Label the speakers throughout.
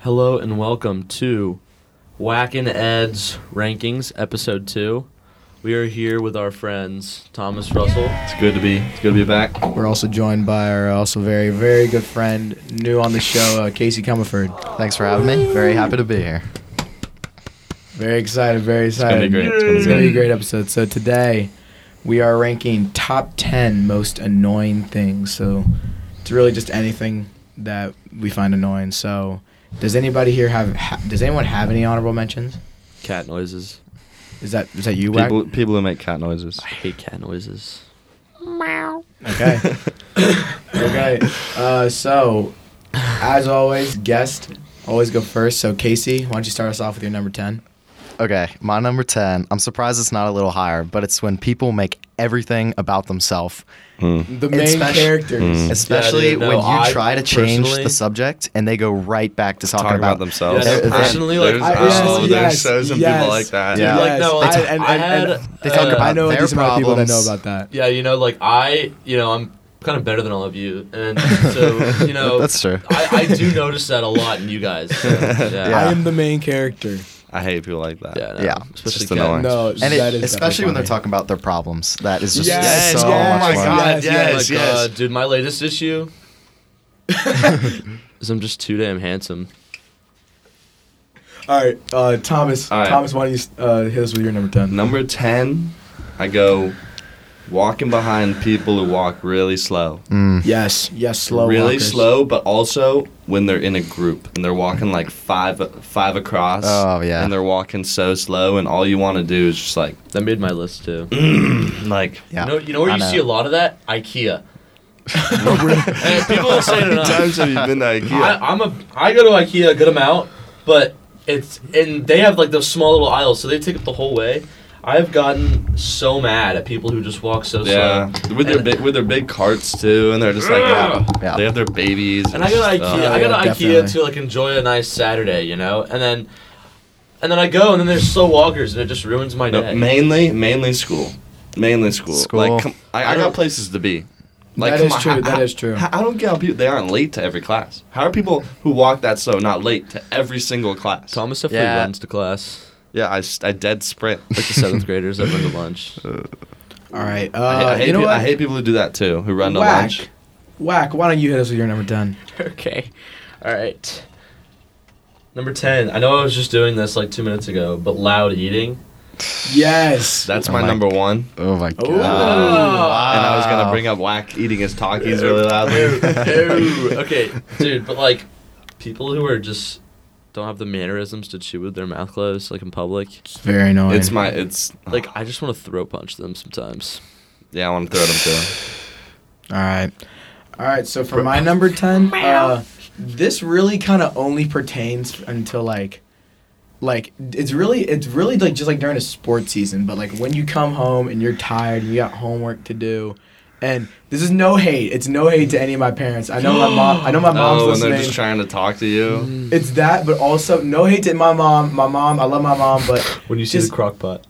Speaker 1: Hello and welcome to Whackin' Ed's Rankings, Episode 2. We are here with our friends Thomas Russell.
Speaker 2: It's good to be. It's good to be back.
Speaker 3: We're also joined by our also very, very good friend, new on the show, uh, Casey Comerford.
Speaker 4: Thanks for having me. Very happy to be here.
Speaker 3: Very excited, very
Speaker 2: gonna
Speaker 3: excited.
Speaker 2: be great. It's gonna be
Speaker 3: It's going to be a
Speaker 2: great.
Speaker 3: great episode. So today, we are ranking top 10 most annoying things. So it's really just anything that we find annoying. So does anybody here have, ha- does anyone have any honorable mentions?
Speaker 1: Cat noises.
Speaker 3: Is that, is that you, Wack?
Speaker 2: People, people who make cat noises.
Speaker 1: I hate cat noises.
Speaker 3: Okay. okay. Uh, so, as always, guest always go first. So, Casey, why don't you start us off with your number 10?
Speaker 4: Okay, my number 10. I'm surprised it's not a little higher, but it's when people make everything about themselves,
Speaker 3: The main
Speaker 4: Espec-
Speaker 3: characters.
Speaker 2: Hmm.
Speaker 4: especially
Speaker 1: dude, no,
Speaker 4: when you
Speaker 1: I
Speaker 4: try to change
Speaker 1: personally-
Speaker 4: the subject and they go right back to talking,
Speaker 2: Talking about
Speaker 1: Yeah,
Speaker 2: themselves.
Speaker 4: There-
Speaker 1: no,
Speaker 4: there-
Speaker 1: personally, like,
Speaker 2: there's,
Speaker 1: I,
Speaker 3: yes,
Speaker 2: oh,
Speaker 3: yes,
Speaker 2: there's so some
Speaker 3: Uh, yes.
Speaker 2: people like that.
Speaker 4: Dude,
Speaker 1: yeah.
Speaker 4: Yeah.
Speaker 1: like, no, like,
Speaker 3: Yes,
Speaker 1: I,
Speaker 3: I- and- and-
Speaker 1: had.
Speaker 3: and
Speaker 4: They talk
Speaker 1: uh,
Speaker 4: about
Speaker 3: I know a
Speaker 4: their
Speaker 3: decent amount of people that know
Speaker 4: problems.
Speaker 3: about that.
Speaker 1: Yeah, you know, like, I, you know, I'm kind of better than all of you. And so, you know.
Speaker 4: That's true.
Speaker 1: I, I do notice that a lot in you guys. so, yeah.
Speaker 4: Yeah.
Speaker 3: I am the main character.
Speaker 2: I hate people like that.
Speaker 1: Yeah, no,
Speaker 4: Yeah.
Speaker 1: Especially
Speaker 2: It's just
Speaker 1: cat-
Speaker 2: annoying.
Speaker 3: No,
Speaker 4: And
Speaker 3: that
Speaker 4: it,
Speaker 3: is
Speaker 4: especially when they're
Speaker 3: definitely
Speaker 4: talking about their problems. That is just
Speaker 3: Yes, oh
Speaker 4: so
Speaker 3: yes,
Speaker 4: much
Speaker 3: yes,
Speaker 4: fun.
Speaker 3: yes,
Speaker 1: Like, uh, dude, my latest issue is I'm just too damn handsome.
Speaker 3: funny. All right, uh, Thomas.
Speaker 2: All right.
Speaker 3: Thomas, why don't you uh, hit us with your number 10?
Speaker 2: Number 10, I go walking behind people who walk really slow.
Speaker 4: Mm,
Speaker 3: Yes, yes, slow.
Speaker 2: really
Speaker 3: walkers.
Speaker 2: slow, but also when they're in a group and they're walking like five five across.
Speaker 4: Oh, yeah.
Speaker 2: And they're walking so slow, and all you want to do is just like,
Speaker 1: That made my list too.
Speaker 2: like,
Speaker 4: Yeah.
Speaker 1: You know, you know where
Speaker 4: I
Speaker 1: you see a lot of that? IKEA. And people don't say it enough.
Speaker 2: have you been to IKEA?
Speaker 1: I, I'm a I go to IKEA a good amount, but it's and they have like those small little aisles, so they take up the whole way. I've gotten so mad at people who just walk so
Speaker 2: Yeah,
Speaker 1: slow.
Speaker 2: with their
Speaker 1: And-
Speaker 2: big, with their big carts too, and they're just like
Speaker 1: Yeah.
Speaker 4: Yeah.
Speaker 2: they have their babies.
Speaker 1: And I go to
Speaker 2: it's just,
Speaker 1: IKEA.
Speaker 2: uh,
Speaker 1: I go to
Speaker 3: yeah,
Speaker 1: IKEA
Speaker 3: definitely.
Speaker 1: to like enjoy a nice Saturday, you know. And then, and then I go, and then there's slow walkers, and it just ruins my
Speaker 2: no,
Speaker 1: day.
Speaker 2: mainly mainly school, mainly school.
Speaker 4: School.
Speaker 2: Like come, I, I
Speaker 1: don't-
Speaker 2: got places to be.
Speaker 3: That
Speaker 2: come
Speaker 3: is
Speaker 2: on,
Speaker 3: true,
Speaker 2: how-
Speaker 3: that
Speaker 2: how-
Speaker 3: is true.
Speaker 2: how- I don't get how people they aren't late to every class. How are people who walk that slow not late to every single class?
Speaker 1: Thomas definitely
Speaker 4: Yeah.
Speaker 1: runs to class
Speaker 2: yeah, I, s- I dead sprint.
Speaker 1: like the seventh graders that run to lunch.
Speaker 3: All right. Uh,
Speaker 2: I, I hate
Speaker 3: you know
Speaker 2: pe-
Speaker 3: what?
Speaker 2: I hate people who do that too, who run to
Speaker 3: Whack.
Speaker 2: lunch.
Speaker 3: Whack, why don't you hit us with your number 10?
Speaker 1: okay, all right. Number ten. I know I was just doing this like two minutes ago, but loud eating.
Speaker 3: Yes.
Speaker 2: That's
Speaker 4: Oh
Speaker 2: my
Speaker 4: my-
Speaker 2: number one.
Speaker 4: Oh my
Speaker 3: Ooh.
Speaker 4: god.
Speaker 1: Ah.
Speaker 2: And I was gonna
Speaker 3: uh,
Speaker 4: Wow.
Speaker 2: bring up whack eating his talkies really
Speaker 1: Ew,
Speaker 2: loudly.
Speaker 1: ew. okay, dude, but like people who are just don't have the mannerisms to chew with their mouth closed, like in public.
Speaker 3: It's very annoying.
Speaker 2: It's my it's
Speaker 1: Like I just want to throw punch them sometimes.
Speaker 2: yeah I want to throw them to him.
Speaker 3: All right. All right, so for my number 10, uh, this really kind of only pertains until like like it's really it's really like just like during a sports season, but like when you come home and you're tired and you got homework to do. And this is no hate. It's no hate to any of my parents. I know my mom I know my mom's
Speaker 2: oh, and
Speaker 3: listening. Mm-hmm.
Speaker 2: they're just trying to talk to you.
Speaker 3: it's that, but also no hate to my mom. My mom, I love my mom, but
Speaker 1: When you
Speaker 3: see the Just-
Speaker 1: crock pot.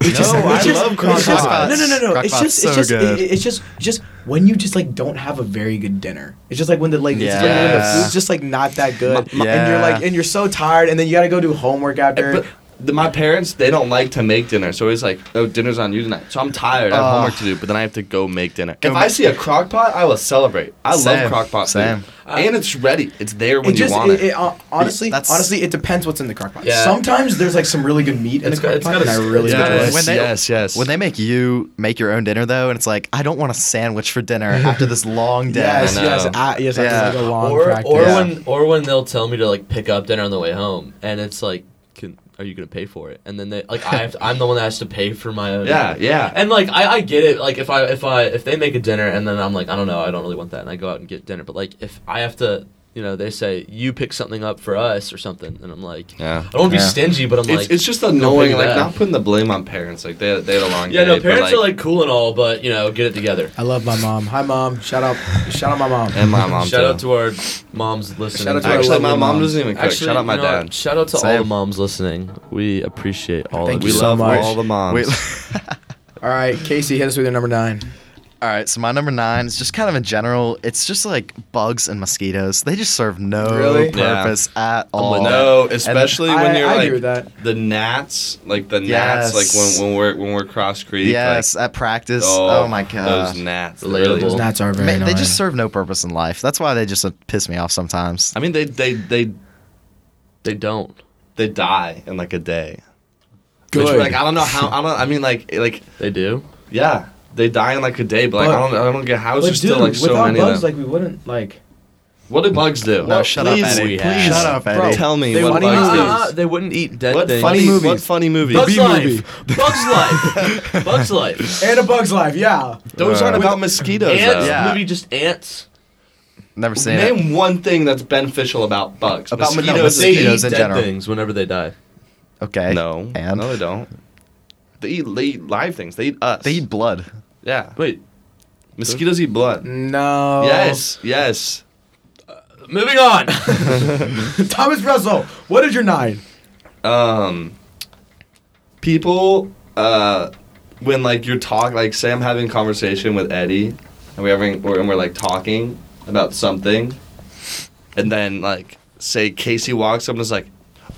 Speaker 3: It's just-
Speaker 2: No,
Speaker 3: it's
Speaker 2: I
Speaker 3: just-
Speaker 2: love
Speaker 3: it's
Speaker 2: crockpots.
Speaker 3: just- No, no, no, no.
Speaker 4: Crockpots
Speaker 3: It's just,
Speaker 4: so
Speaker 3: it's just,
Speaker 4: good.
Speaker 3: it- it's just, just when you just like don't have a very good dinner. It's just like when the like, it's just like when the
Speaker 4: Yeah.
Speaker 3: food's just like not that good,
Speaker 4: My- my-
Speaker 3: and you're like,
Speaker 4: Yeah.
Speaker 3: and you're so tired, and then you gotta go do homework after.
Speaker 2: But the, my parents, they don't like to make dinner, so it's like, oh, dinner's on you tonight. So I'm tired. I have
Speaker 4: Ugh.
Speaker 2: homework to do, but then I have to go make dinner.
Speaker 4: Go
Speaker 2: if
Speaker 4: ma-
Speaker 2: I see a crock pot, I will celebrate. I
Speaker 4: Same,
Speaker 2: love crock pot
Speaker 4: same.
Speaker 2: food, and it's ready. It's there when
Speaker 3: it
Speaker 2: you
Speaker 3: just,
Speaker 2: want it.
Speaker 3: it, it, hon- honestly,
Speaker 4: That's-
Speaker 3: honestly, it depends what's in the crockpot.
Speaker 1: Yeah.
Speaker 3: Sometimes there's like some really good meat in
Speaker 1: It's
Speaker 3: the
Speaker 1: got- it's
Speaker 3: crockpot,
Speaker 1: got
Speaker 3: and
Speaker 1: a-
Speaker 3: I really
Speaker 1: it's got
Speaker 3: enjoy
Speaker 1: a-
Speaker 3: it.
Speaker 4: When they-
Speaker 2: yes, yes.
Speaker 4: When they make you make your own dinner though, and it's like I don't want a sandwich for dinner after this long day.
Speaker 3: Yes,
Speaker 2: I
Speaker 3: yes,
Speaker 2: know.
Speaker 3: I, yes.
Speaker 4: Yeah.
Speaker 3: After like a long
Speaker 1: Or
Speaker 3: practice.
Speaker 1: or
Speaker 4: Yeah.
Speaker 1: when or when they'll tell me to like pick up dinner on the way home, and it's like, can, are you gonna pay for it? And then they like I have to, I'm the one that has to pay for my own.
Speaker 2: yeah, yeah.
Speaker 1: And like I, I get it. Like if I if I if they make a dinner and then I'm like I don't know I don't really want that and I go out and get dinner. But like if I have to, you know, they say you pick something up for us or something, and I'm like
Speaker 2: Yeah.
Speaker 1: I don't want to be
Speaker 4: Yeah.
Speaker 1: stingy, but I'm
Speaker 2: It's,
Speaker 1: like
Speaker 2: it's just annoying,
Speaker 1: pay
Speaker 2: like
Speaker 1: back.
Speaker 2: not putting the blame on parents. Like they, they had a long
Speaker 1: yeah.
Speaker 2: day.
Speaker 1: No,
Speaker 2: but,
Speaker 1: parents are like cool and all, but you know, get it together.
Speaker 3: I love my mom. Hi, mom. Shout out, shout out, my mom.
Speaker 2: and my mom.
Speaker 1: Shout
Speaker 2: too.
Speaker 1: out to our moms listening.
Speaker 3: Shout out to our
Speaker 2: actually,
Speaker 3: lovely
Speaker 2: my mom
Speaker 3: moms.
Speaker 2: doesn't even cook.
Speaker 1: Actually,
Speaker 2: shout out my
Speaker 1: you know what?
Speaker 2: dad.
Speaker 1: Shout out to all
Speaker 4: Same.
Speaker 1: the moms listening. We appreciate all
Speaker 3: Thank
Speaker 1: of
Speaker 2: We
Speaker 3: you
Speaker 1: you.
Speaker 3: so
Speaker 2: love
Speaker 3: much.
Speaker 2: all the moms.
Speaker 4: We-
Speaker 3: All right, Casey, hit us with your number nine.
Speaker 4: All right, so my number nine is just kind of in general. It's just like bugs and mosquitoes. They just serve no
Speaker 3: Really?
Speaker 2: Yeah.
Speaker 4: purpose at all.
Speaker 2: But no, especially
Speaker 3: I-
Speaker 2: when you're
Speaker 3: I
Speaker 2: like
Speaker 3: agree with that.
Speaker 2: the gnats, like the
Speaker 4: Yes.
Speaker 2: gnats, like when, when we're when we're cross creek.
Speaker 4: Yes,
Speaker 2: Like,
Speaker 4: at practice. Oh, my
Speaker 2: Those
Speaker 4: god.
Speaker 2: gnats.
Speaker 1: Relatable.
Speaker 2: really-
Speaker 1: Those
Speaker 3: Gnats are very
Speaker 4: Man, they just
Speaker 3: annoying.
Speaker 4: serve no purpose in life. That's why they just uh, piss me off sometimes.
Speaker 2: I mean, they they they
Speaker 1: They don't.
Speaker 2: they die in like a day. Which,
Speaker 3: good.
Speaker 2: like I don't know how I don't. I mean, like like
Speaker 1: They do.
Speaker 2: yeah, they die in like a day, but like
Speaker 3: But-
Speaker 2: I don't I don't get how is
Speaker 3: But
Speaker 2: there still like so
Speaker 3: without
Speaker 2: many
Speaker 3: bugs,
Speaker 2: of them.
Speaker 3: like we wouldn't like.
Speaker 2: what do bugs do?
Speaker 4: No, shut up,
Speaker 2: please,
Speaker 4: Eddie.
Speaker 2: we
Speaker 4: Please.
Speaker 2: have.
Speaker 4: Shut up,
Speaker 2: Bro,
Speaker 4: Eddie.
Speaker 2: Tell me
Speaker 3: They
Speaker 2: what
Speaker 3: want
Speaker 2: bugs
Speaker 3: to-
Speaker 2: do.
Speaker 1: Uh, they wouldn't eat dead
Speaker 2: what
Speaker 1: things.
Speaker 2: funny
Speaker 4: movies.
Speaker 2: What funny movies?
Speaker 1: Bugs
Speaker 4: B
Speaker 1: life. Bugs life. Bugs life.
Speaker 3: And a bug's life, yeah.
Speaker 2: Those aren't
Speaker 4: Uh,
Speaker 2: about mosquitoes.
Speaker 1: Ants.
Speaker 2: though.
Speaker 4: Yeah.
Speaker 1: Maybe just ants.
Speaker 4: Never seen it.
Speaker 2: Name one thing that's beneficial about bugs.
Speaker 4: About
Speaker 2: mosquitoes.
Speaker 4: no,
Speaker 1: they eat
Speaker 4: mosquitoes in
Speaker 1: dead
Speaker 4: general.
Speaker 1: things whenever they die.
Speaker 4: Okay.
Speaker 2: No,
Speaker 4: And
Speaker 2: no, they don't. They eat, they eat live things. They eat us.
Speaker 4: they eat blood.
Speaker 2: yeah.
Speaker 1: Wait,
Speaker 2: Mosquitoes eat blood.
Speaker 3: No.
Speaker 2: Yes, yes.
Speaker 1: moving on.
Speaker 3: Thomas Russell, what is your nine?
Speaker 2: Um, people, uh, when like you're talking, like say I'm having a conversation with Eddie, and we're having, or, and we're like talking about something, and then like say Casey walks up and is like,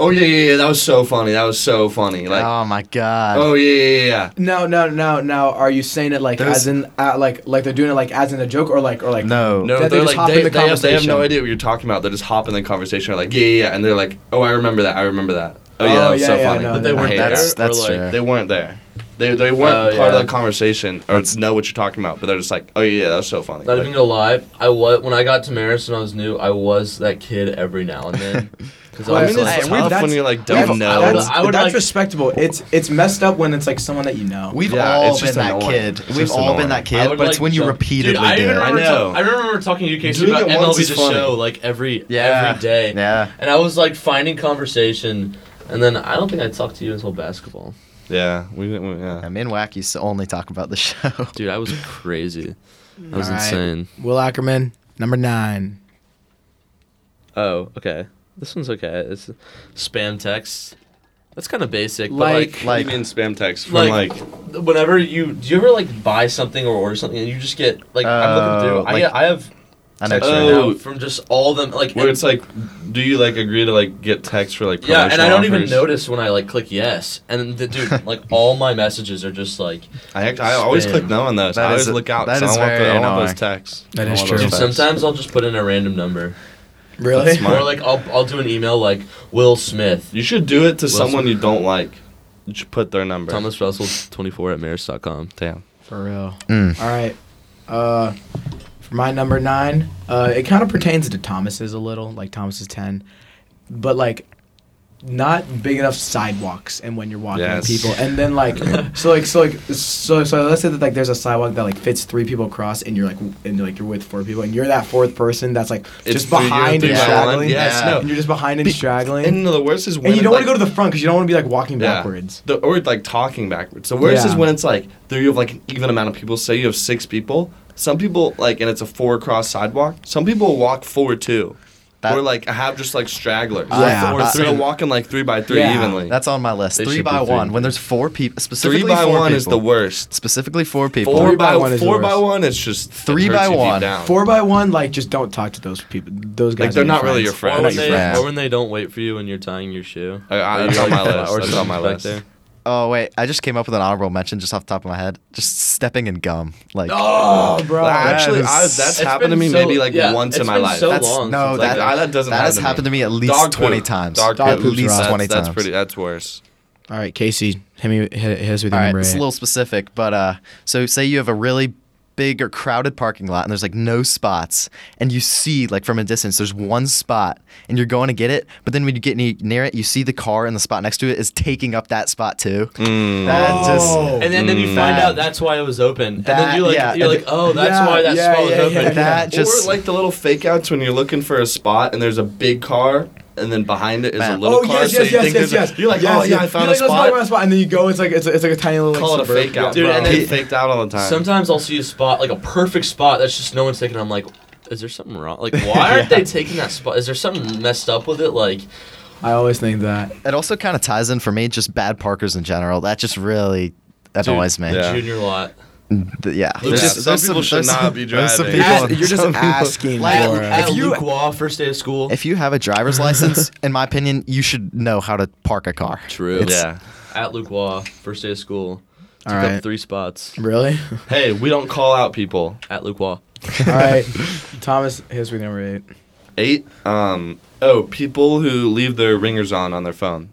Speaker 2: "Oh yeah, yeah, yeah, that was so funny. That was so funny." Like,
Speaker 4: oh my god.
Speaker 2: "Oh yeah, yeah, yeah." yeah."
Speaker 3: No, no, no, no. Are you saying it like
Speaker 4: There's-
Speaker 3: as in uh, like like they're doing it like as in a joke or like or like
Speaker 4: no.
Speaker 2: No,
Speaker 3: That they
Speaker 2: they're
Speaker 3: just
Speaker 2: like
Speaker 3: hop
Speaker 2: they,
Speaker 3: in the
Speaker 2: they have, they have no
Speaker 3: conversation.
Speaker 2: idea what you're talking about. They just hop in the conversation. Like yeah, yeah, yeah, and they're like, oh, I remember that. I remember that. Oh yeah, that
Speaker 3: Oh,
Speaker 2: was
Speaker 3: yeah,
Speaker 2: so
Speaker 3: yeah,
Speaker 2: funny.
Speaker 3: no,
Speaker 2: But
Speaker 1: They
Speaker 2: they
Speaker 4: Yeah,
Speaker 1: weren't
Speaker 2: weren't
Speaker 1: there.
Speaker 4: That's
Speaker 1: or,
Speaker 4: that's
Speaker 1: like,
Speaker 4: fair.
Speaker 2: there. They weren't there. They they weren't
Speaker 1: Oh,
Speaker 2: part
Speaker 1: yeah.
Speaker 2: of the conversation or know what you're talking about. But they're just like, oh yeah, yeah, that was so funny.
Speaker 1: Not
Speaker 2: Like,
Speaker 1: even gonna lie, I was when I got to Marist and I was new. I was that kid every now and then. 'Cause
Speaker 3: Well,
Speaker 2: I
Speaker 1: I
Speaker 2: mean,
Speaker 1: was
Speaker 2: it's
Speaker 1: like,
Speaker 3: Hey, we-
Speaker 2: tough
Speaker 3: that's-
Speaker 2: when you're like
Speaker 3: We've-
Speaker 2: don't know.
Speaker 3: That's,
Speaker 1: I would
Speaker 3: that's
Speaker 1: like-
Speaker 3: respectable. It's it's messed up when it's like someone that you know.
Speaker 4: We've
Speaker 2: Yeah,
Speaker 4: all
Speaker 2: it's
Speaker 4: been
Speaker 2: just
Speaker 4: that
Speaker 2: annoying.
Speaker 4: kid.
Speaker 2: It's
Speaker 4: We've
Speaker 2: just
Speaker 4: all been
Speaker 2: annoying.
Speaker 4: that
Speaker 1: I
Speaker 4: kid,
Speaker 1: would,
Speaker 4: but it's
Speaker 1: like,
Speaker 4: when you
Speaker 1: jump-
Speaker 4: repeatedly
Speaker 1: Dude, I
Speaker 4: do
Speaker 1: even
Speaker 4: it.
Speaker 1: remember
Speaker 2: I know.
Speaker 1: I remember talking to UKC
Speaker 2: Doing
Speaker 1: about
Speaker 2: it once
Speaker 1: MLB
Speaker 2: is
Speaker 1: the
Speaker 2: funny.
Speaker 1: show like every
Speaker 4: Yeah.
Speaker 1: every day.
Speaker 4: Yeah.
Speaker 1: And I was like finding conversation, and then I don't think I talked to you until basketball.
Speaker 2: Yeah, we didn't. we- Yeah.
Speaker 4: And me and Wack used to only talk about the show.
Speaker 1: Dude, I was crazy. That was
Speaker 3: All right.
Speaker 1: insane.
Speaker 3: Will Ackerman, number nine.
Speaker 1: Oh, okay. This one's okay. It's spam text. That's kind of basic,
Speaker 3: Like-
Speaker 1: but like
Speaker 2: Like
Speaker 4: Like-
Speaker 2: you mean spam text from
Speaker 1: like,
Speaker 2: like,
Speaker 1: whenever you do you ever like buy something or order something and you just get like I'm looking
Speaker 4: Oh,
Speaker 1: through I
Speaker 4: like-
Speaker 1: get, I have
Speaker 4: I know.
Speaker 1: texts
Speaker 2: Oh.
Speaker 1: right now from just all them like
Speaker 2: where
Speaker 1: and-
Speaker 2: it's like, do you like agree to like get text for like
Speaker 1: yeah and I
Speaker 2: promotional
Speaker 1: don't even
Speaker 2: offers?
Speaker 1: notice when I like click yes and the, dude like all my messages are just like
Speaker 2: I, act- I always
Speaker 1: Spam.
Speaker 2: click no on those.
Speaker 4: That
Speaker 2: I
Speaker 4: is
Speaker 2: always
Speaker 4: a-
Speaker 2: look out.
Speaker 4: that
Speaker 2: 'cause I
Speaker 4: is
Speaker 2: want the-
Speaker 4: very
Speaker 2: I want
Speaker 4: annoying.
Speaker 2: those texts.
Speaker 3: That
Speaker 2: I
Speaker 3: is
Speaker 2: want
Speaker 3: true.
Speaker 2: those
Speaker 1: dude,
Speaker 2: texts.
Speaker 1: sometimes I'll just put in a random number
Speaker 3: Really?
Speaker 2: smart.
Speaker 1: or like I'll I'll do an email like Will Smith
Speaker 2: You should do it to
Speaker 1: Wilson.
Speaker 2: someone you don't like. You should put their number.
Speaker 1: Thomas Russell twenty four at Maris.com.
Speaker 2: Damn.
Speaker 3: For real.
Speaker 4: Mm.
Speaker 3: All right. Uh, for my number nine, uh, it kind of pertains to Thomas's a little, like Thomas's ten, but like not big enough sidewalks and when you're walking
Speaker 2: Yes.
Speaker 3: with people and then like so like so like so so let's say that like there's a sidewalk that like fits three people across and you're like w- and like you're with four people and you're that fourth person that's like
Speaker 2: It's
Speaker 3: just
Speaker 2: three- you're
Speaker 3: behind
Speaker 2: three
Speaker 3: and
Speaker 4: by one.
Speaker 3: straggling
Speaker 4: Yes, no.
Speaker 3: and you're just behind and
Speaker 2: Be-
Speaker 3: straggling
Speaker 2: And no, the worst is when
Speaker 3: and you
Speaker 2: it,
Speaker 3: don't
Speaker 2: like,
Speaker 3: want to go to the front because you don't want to be like walking
Speaker 2: Yeah.
Speaker 3: backwards
Speaker 2: the or like talking backwards. The worst
Speaker 3: Yeah.
Speaker 2: is when it's like there you have like an even amount of people. Say you have six people. Some people like and it's a four across sidewalk. Some people walk forward too,
Speaker 4: That-
Speaker 2: or like have just like stragglers.
Speaker 3: Yeah.
Speaker 2: or
Speaker 4: Uh,
Speaker 2: instead of walking like three by three
Speaker 3: Yeah.
Speaker 2: evenly.
Speaker 4: That's on my list.
Speaker 1: They
Speaker 4: three
Speaker 1: should
Speaker 4: by
Speaker 1: be three.
Speaker 4: one. When there's four people, specifically
Speaker 2: three by
Speaker 4: four
Speaker 2: one is the
Speaker 4: people.
Speaker 2: worst.
Speaker 4: Specifically four people.
Speaker 2: Four
Speaker 3: Three by
Speaker 2: by
Speaker 3: one is the
Speaker 2: four by
Speaker 3: worst.
Speaker 2: one is just it
Speaker 4: Three
Speaker 2: hurts
Speaker 4: by
Speaker 2: you deep
Speaker 4: one.
Speaker 2: down.
Speaker 3: four by one like just don't talk to those people those guys
Speaker 2: Like, they're
Speaker 3: are
Speaker 2: not really your
Speaker 3: friends.
Speaker 2: friend.
Speaker 1: Or
Speaker 2: Not
Speaker 1: when,
Speaker 4: your
Speaker 1: they,
Speaker 4: friends.
Speaker 1: or when they don't wait for you when you're tying your shoe.
Speaker 2: Uh, uh,
Speaker 1: That's
Speaker 2: it's on
Speaker 1: like-
Speaker 2: my list.
Speaker 1: or
Speaker 2: It's on my
Speaker 1: something
Speaker 2: list.
Speaker 1: back
Speaker 4: Oh wait, I just came up with an honorable mention just off the top of my head. Just stepping in gum. Like
Speaker 3: Oh, bro.
Speaker 2: Well, actually,
Speaker 4: is-
Speaker 2: I, that's
Speaker 1: It's
Speaker 2: happened to
Speaker 1: been
Speaker 2: me
Speaker 1: so-
Speaker 2: maybe like
Speaker 1: yeah,
Speaker 2: once in
Speaker 1: it's
Speaker 2: my
Speaker 1: been
Speaker 2: life.
Speaker 1: so
Speaker 4: that's
Speaker 1: long
Speaker 4: no
Speaker 1: since
Speaker 4: that,
Speaker 1: I've done
Speaker 2: that. That doesn't
Speaker 4: has
Speaker 2: happen
Speaker 4: happened to me at least
Speaker 2: Dog
Speaker 4: twenty
Speaker 2: poop.
Speaker 4: times.
Speaker 2: Dog
Speaker 4: at
Speaker 3: poop. poop's
Speaker 4: least
Speaker 3: rough.
Speaker 2: that's,
Speaker 4: twenty
Speaker 2: that's
Speaker 4: times.
Speaker 2: pretty. That's worse.
Speaker 3: All right, Casey, hit me hit, hit us with
Speaker 4: All
Speaker 3: your
Speaker 4: right,
Speaker 3: number
Speaker 4: it's a
Speaker 3: eight.
Speaker 4: little specific, but uh, so say you have a really big or crowded parking lot and there's like no spots, and you see like from a distance there's one spot, and you're going to get it, but then when you get ne- near it, you see the car and the spot next to it is taking up that spot too.
Speaker 2: Mm.
Speaker 4: That
Speaker 3: Oh.
Speaker 4: just
Speaker 1: And then, then you find out that's why it was open. and then
Speaker 4: That-
Speaker 1: you're like,
Speaker 4: yeah,
Speaker 1: you're
Speaker 4: and
Speaker 1: like,
Speaker 4: the-
Speaker 1: oh, that's
Speaker 3: yeah,
Speaker 1: why that
Speaker 3: yeah,
Speaker 1: spot was
Speaker 3: yeah,
Speaker 1: open.
Speaker 3: yeah, yeah.
Speaker 4: that just
Speaker 2: or like the little fake outs when you're looking for a spot and there's a big car and then behind it is a
Speaker 4: Man.
Speaker 3: Oh,
Speaker 2: little car. so you think there's a, You're like, oh yeah, I
Speaker 3: You're
Speaker 2: found a
Speaker 3: like, let's
Speaker 2: spot.
Speaker 3: go to a spot, and then you go. It's like it's, it's like a tiny little
Speaker 2: Call it a
Speaker 3: like, suburb.
Speaker 2: fake out,
Speaker 1: Dude,
Speaker 2: bro.
Speaker 1: and
Speaker 2: They
Speaker 1: then-
Speaker 2: faked out all the time.
Speaker 1: Sometimes I'll see a spot, like a perfect spot that's just no one's taking. I'm like, is there something wrong? Like, why aren't they taking that spot? Is there something messed up with it? Like,
Speaker 3: I always think that.
Speaker 4: it also kind of ties in for me just bad parkers in general. That just really annoys me.
Speaker 2: yeah.
Speaker 1: junior lot.
Speaker 4: th- yeah.
Speaker 2: Yeah,
Speaker 4: There's-
Speaker 2: some
Speaker 4: there's
Speaker 2: people should
Speaker 4: there's
Speaker 2: not be
Speaker 4: there's some
Speaker 2: driving.
Speaker 4: people-
Speaker 3: Ask- you're just
Speaker 4: some people-
Speaker 3: asking
Speaker 1: Like,
Speaker 3: for
Speaker 4: at-
Speaker 3: it.
Speaker 4: if
Speaker 1: if
Speaker 4: you-
Speaker 1: you Luke Waugh, first day of school.
Speaker 4: If you have a driver's license, in my opinion, you should know how to park a car.
Speaker 1: True.
Speaker 4: It's-
Speaker 2: yeah.
Speaker 1: At Luke Waugh, first day of school. Took
Speaker 3: All right.
Speaker 1: up three spots.
Speaker 3: Really?
Speaker 2: Hey, we don't call out people.
Speaker 1: At Luke Waugh.
Speaker 3: All right. Thomas, hits with number eight.
Speaker 2: Eight. Um. Oh, people who leave their ringers on on their phone.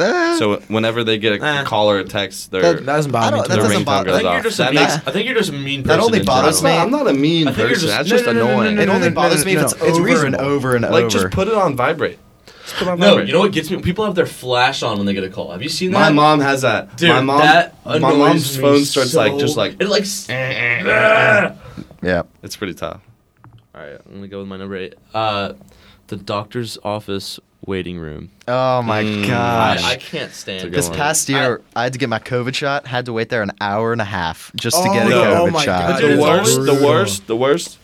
Speaker 2: So whenever they get a
Speaker 1: Eh.
Speaker 2: call or a text, they're
Speaker 3: That, that doesn't
Speaker 4: I
Speaker 3: bother me.
Speaker 4: don't-
Speaker 3: too
Speaker 4: that
Speaker 2: their
Speaker 3: much.
Speaker 4: doesn't
Speaker 2: ringtone
Speaker 4: bother-
Speaker 1: I
Speaker 2: goes
Speaker 1: think, you're
Speaker 2: off.
Speaker 1: just a
Speaker 2: That
Speaker 1: mean,
Speaker 2: makes
Speaker 1: I think you're just a mean person.
Speaker 4: That only
Speaker 1: in
Speaker 4: bothers
Speaker 1: general.
Speaker 4: me.
Speaker 2: I'm not a mean
Speaker 1: I think you're
Speaker 2: person.
Speaker 1: just-
Speaker 2: That's
Speaker 1: no,
Speaker 2: just
Speaker 1: no, no, no, no,
Speaker 2: annoying.
Speaker 1: no,
Speaker 4: It
Speaker 1: no,
Speaker 4: only
Speaker 1: no,
Speaker 4: bothers
Speaker 3: no,
Speaker 4: me
Speaker 3: no,
Speaker 4: if it's
Speaker 3: no. It's
Speaker 4: over and
Speaker 3: reasonable.
Speaker 4: over and over.
Speaker 2: Like, just put it on vibrate. Just put it on
Speaker 1: No,
Speaker 2: vibrate.
Speaker 1: you know what gets me? People have their flash on when they get a call. Have you seen
Speaker 2: My
Speaker 1: that?
Speaker 2: mom has that.
Speaker 1: Dude,
Speaker 2: my mom,
Speaker 1: that
Speaker 2: my
Speaker 1: annoys
Speaker 2: mom's
Speaker 1: me
Speaker 2: phone starts
Speaker 1: so-
Speaker 2: like just like
Speaker 1: it like. s-
Speaker 4: Yeah.
Speaker 2: it's pretty tough.
Speaker 1: All right, I'm gonna go with my number eight. Uh, the doctor's office waiting room.
Speaker 4: Oh my
Speaker 2: Mm.
Speaker 4: gosh.
Speaker 1: I, I can't stand
Speaker 2: It's a
Speaker 1: it.
Speaker 2: good
Speaker 4: this
Speaker 2: one.
Speaker 4: past year, I, had to get my COVID shot. Had to wait there an hour and a half just to
Speaker 3: Oh,
Speaker 4: get a
Speaker 2: no.
Speaker 4: COVID
Speaker 2: Oh
Speaker 3: my
Speaker 4: shot.
Speaker 3: God,
Speaker 1: Dude,
Speaker 2: the
Speaker 1: it's
Speaker 2: worst,
Speaker 1: brutal.
Speaker 2: the worst, the worst.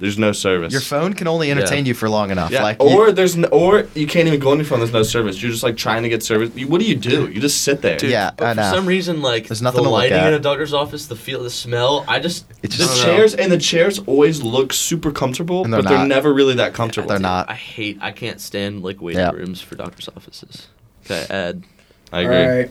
Speaker 2: There's no service.
Speaker 4: Your phone can only entertain
Speaker 1: Yeah.
Speaker 4: you for long enough.
Speaker 2: Yeah.
Speaker 4: Like, you-
Speaker 2: or there's no, or you can't even go on your phone. There's no service. You're just like trying to get service. You, what do you do? You just sit there.
Speaker 1: Dude,
Speaker 4: Yeah,
Speaker 1: but
Speaker 4: I know.
Speaker 1: For some reason, like
Speaker 4: uh, There's nothing
Speaker 1: the
Speaker 4: to look
Speaker 1: lighting
Speaker 4: at.
Speaker 1: in a doctor's office, the feel, the smell. I just
Speaker 4: It's
Speaker 2: The
Speaker 4: just- I don't know.
Speaker 2: chairs and the chairs always look super comfortable,
Speaker 4: And they're
Speaker 2: but they're
Speaker 4: not.
Speaker 2: never really that comfortable.
Speaker 4: They're not.
Speaker 1: I hate. I can't stand like waiting
Speaker 4: Yeah.
Speaker 1: rooms for doctor's offices. Okay, Ed.
Speaker 2: I agree.
Speaker 3: All right.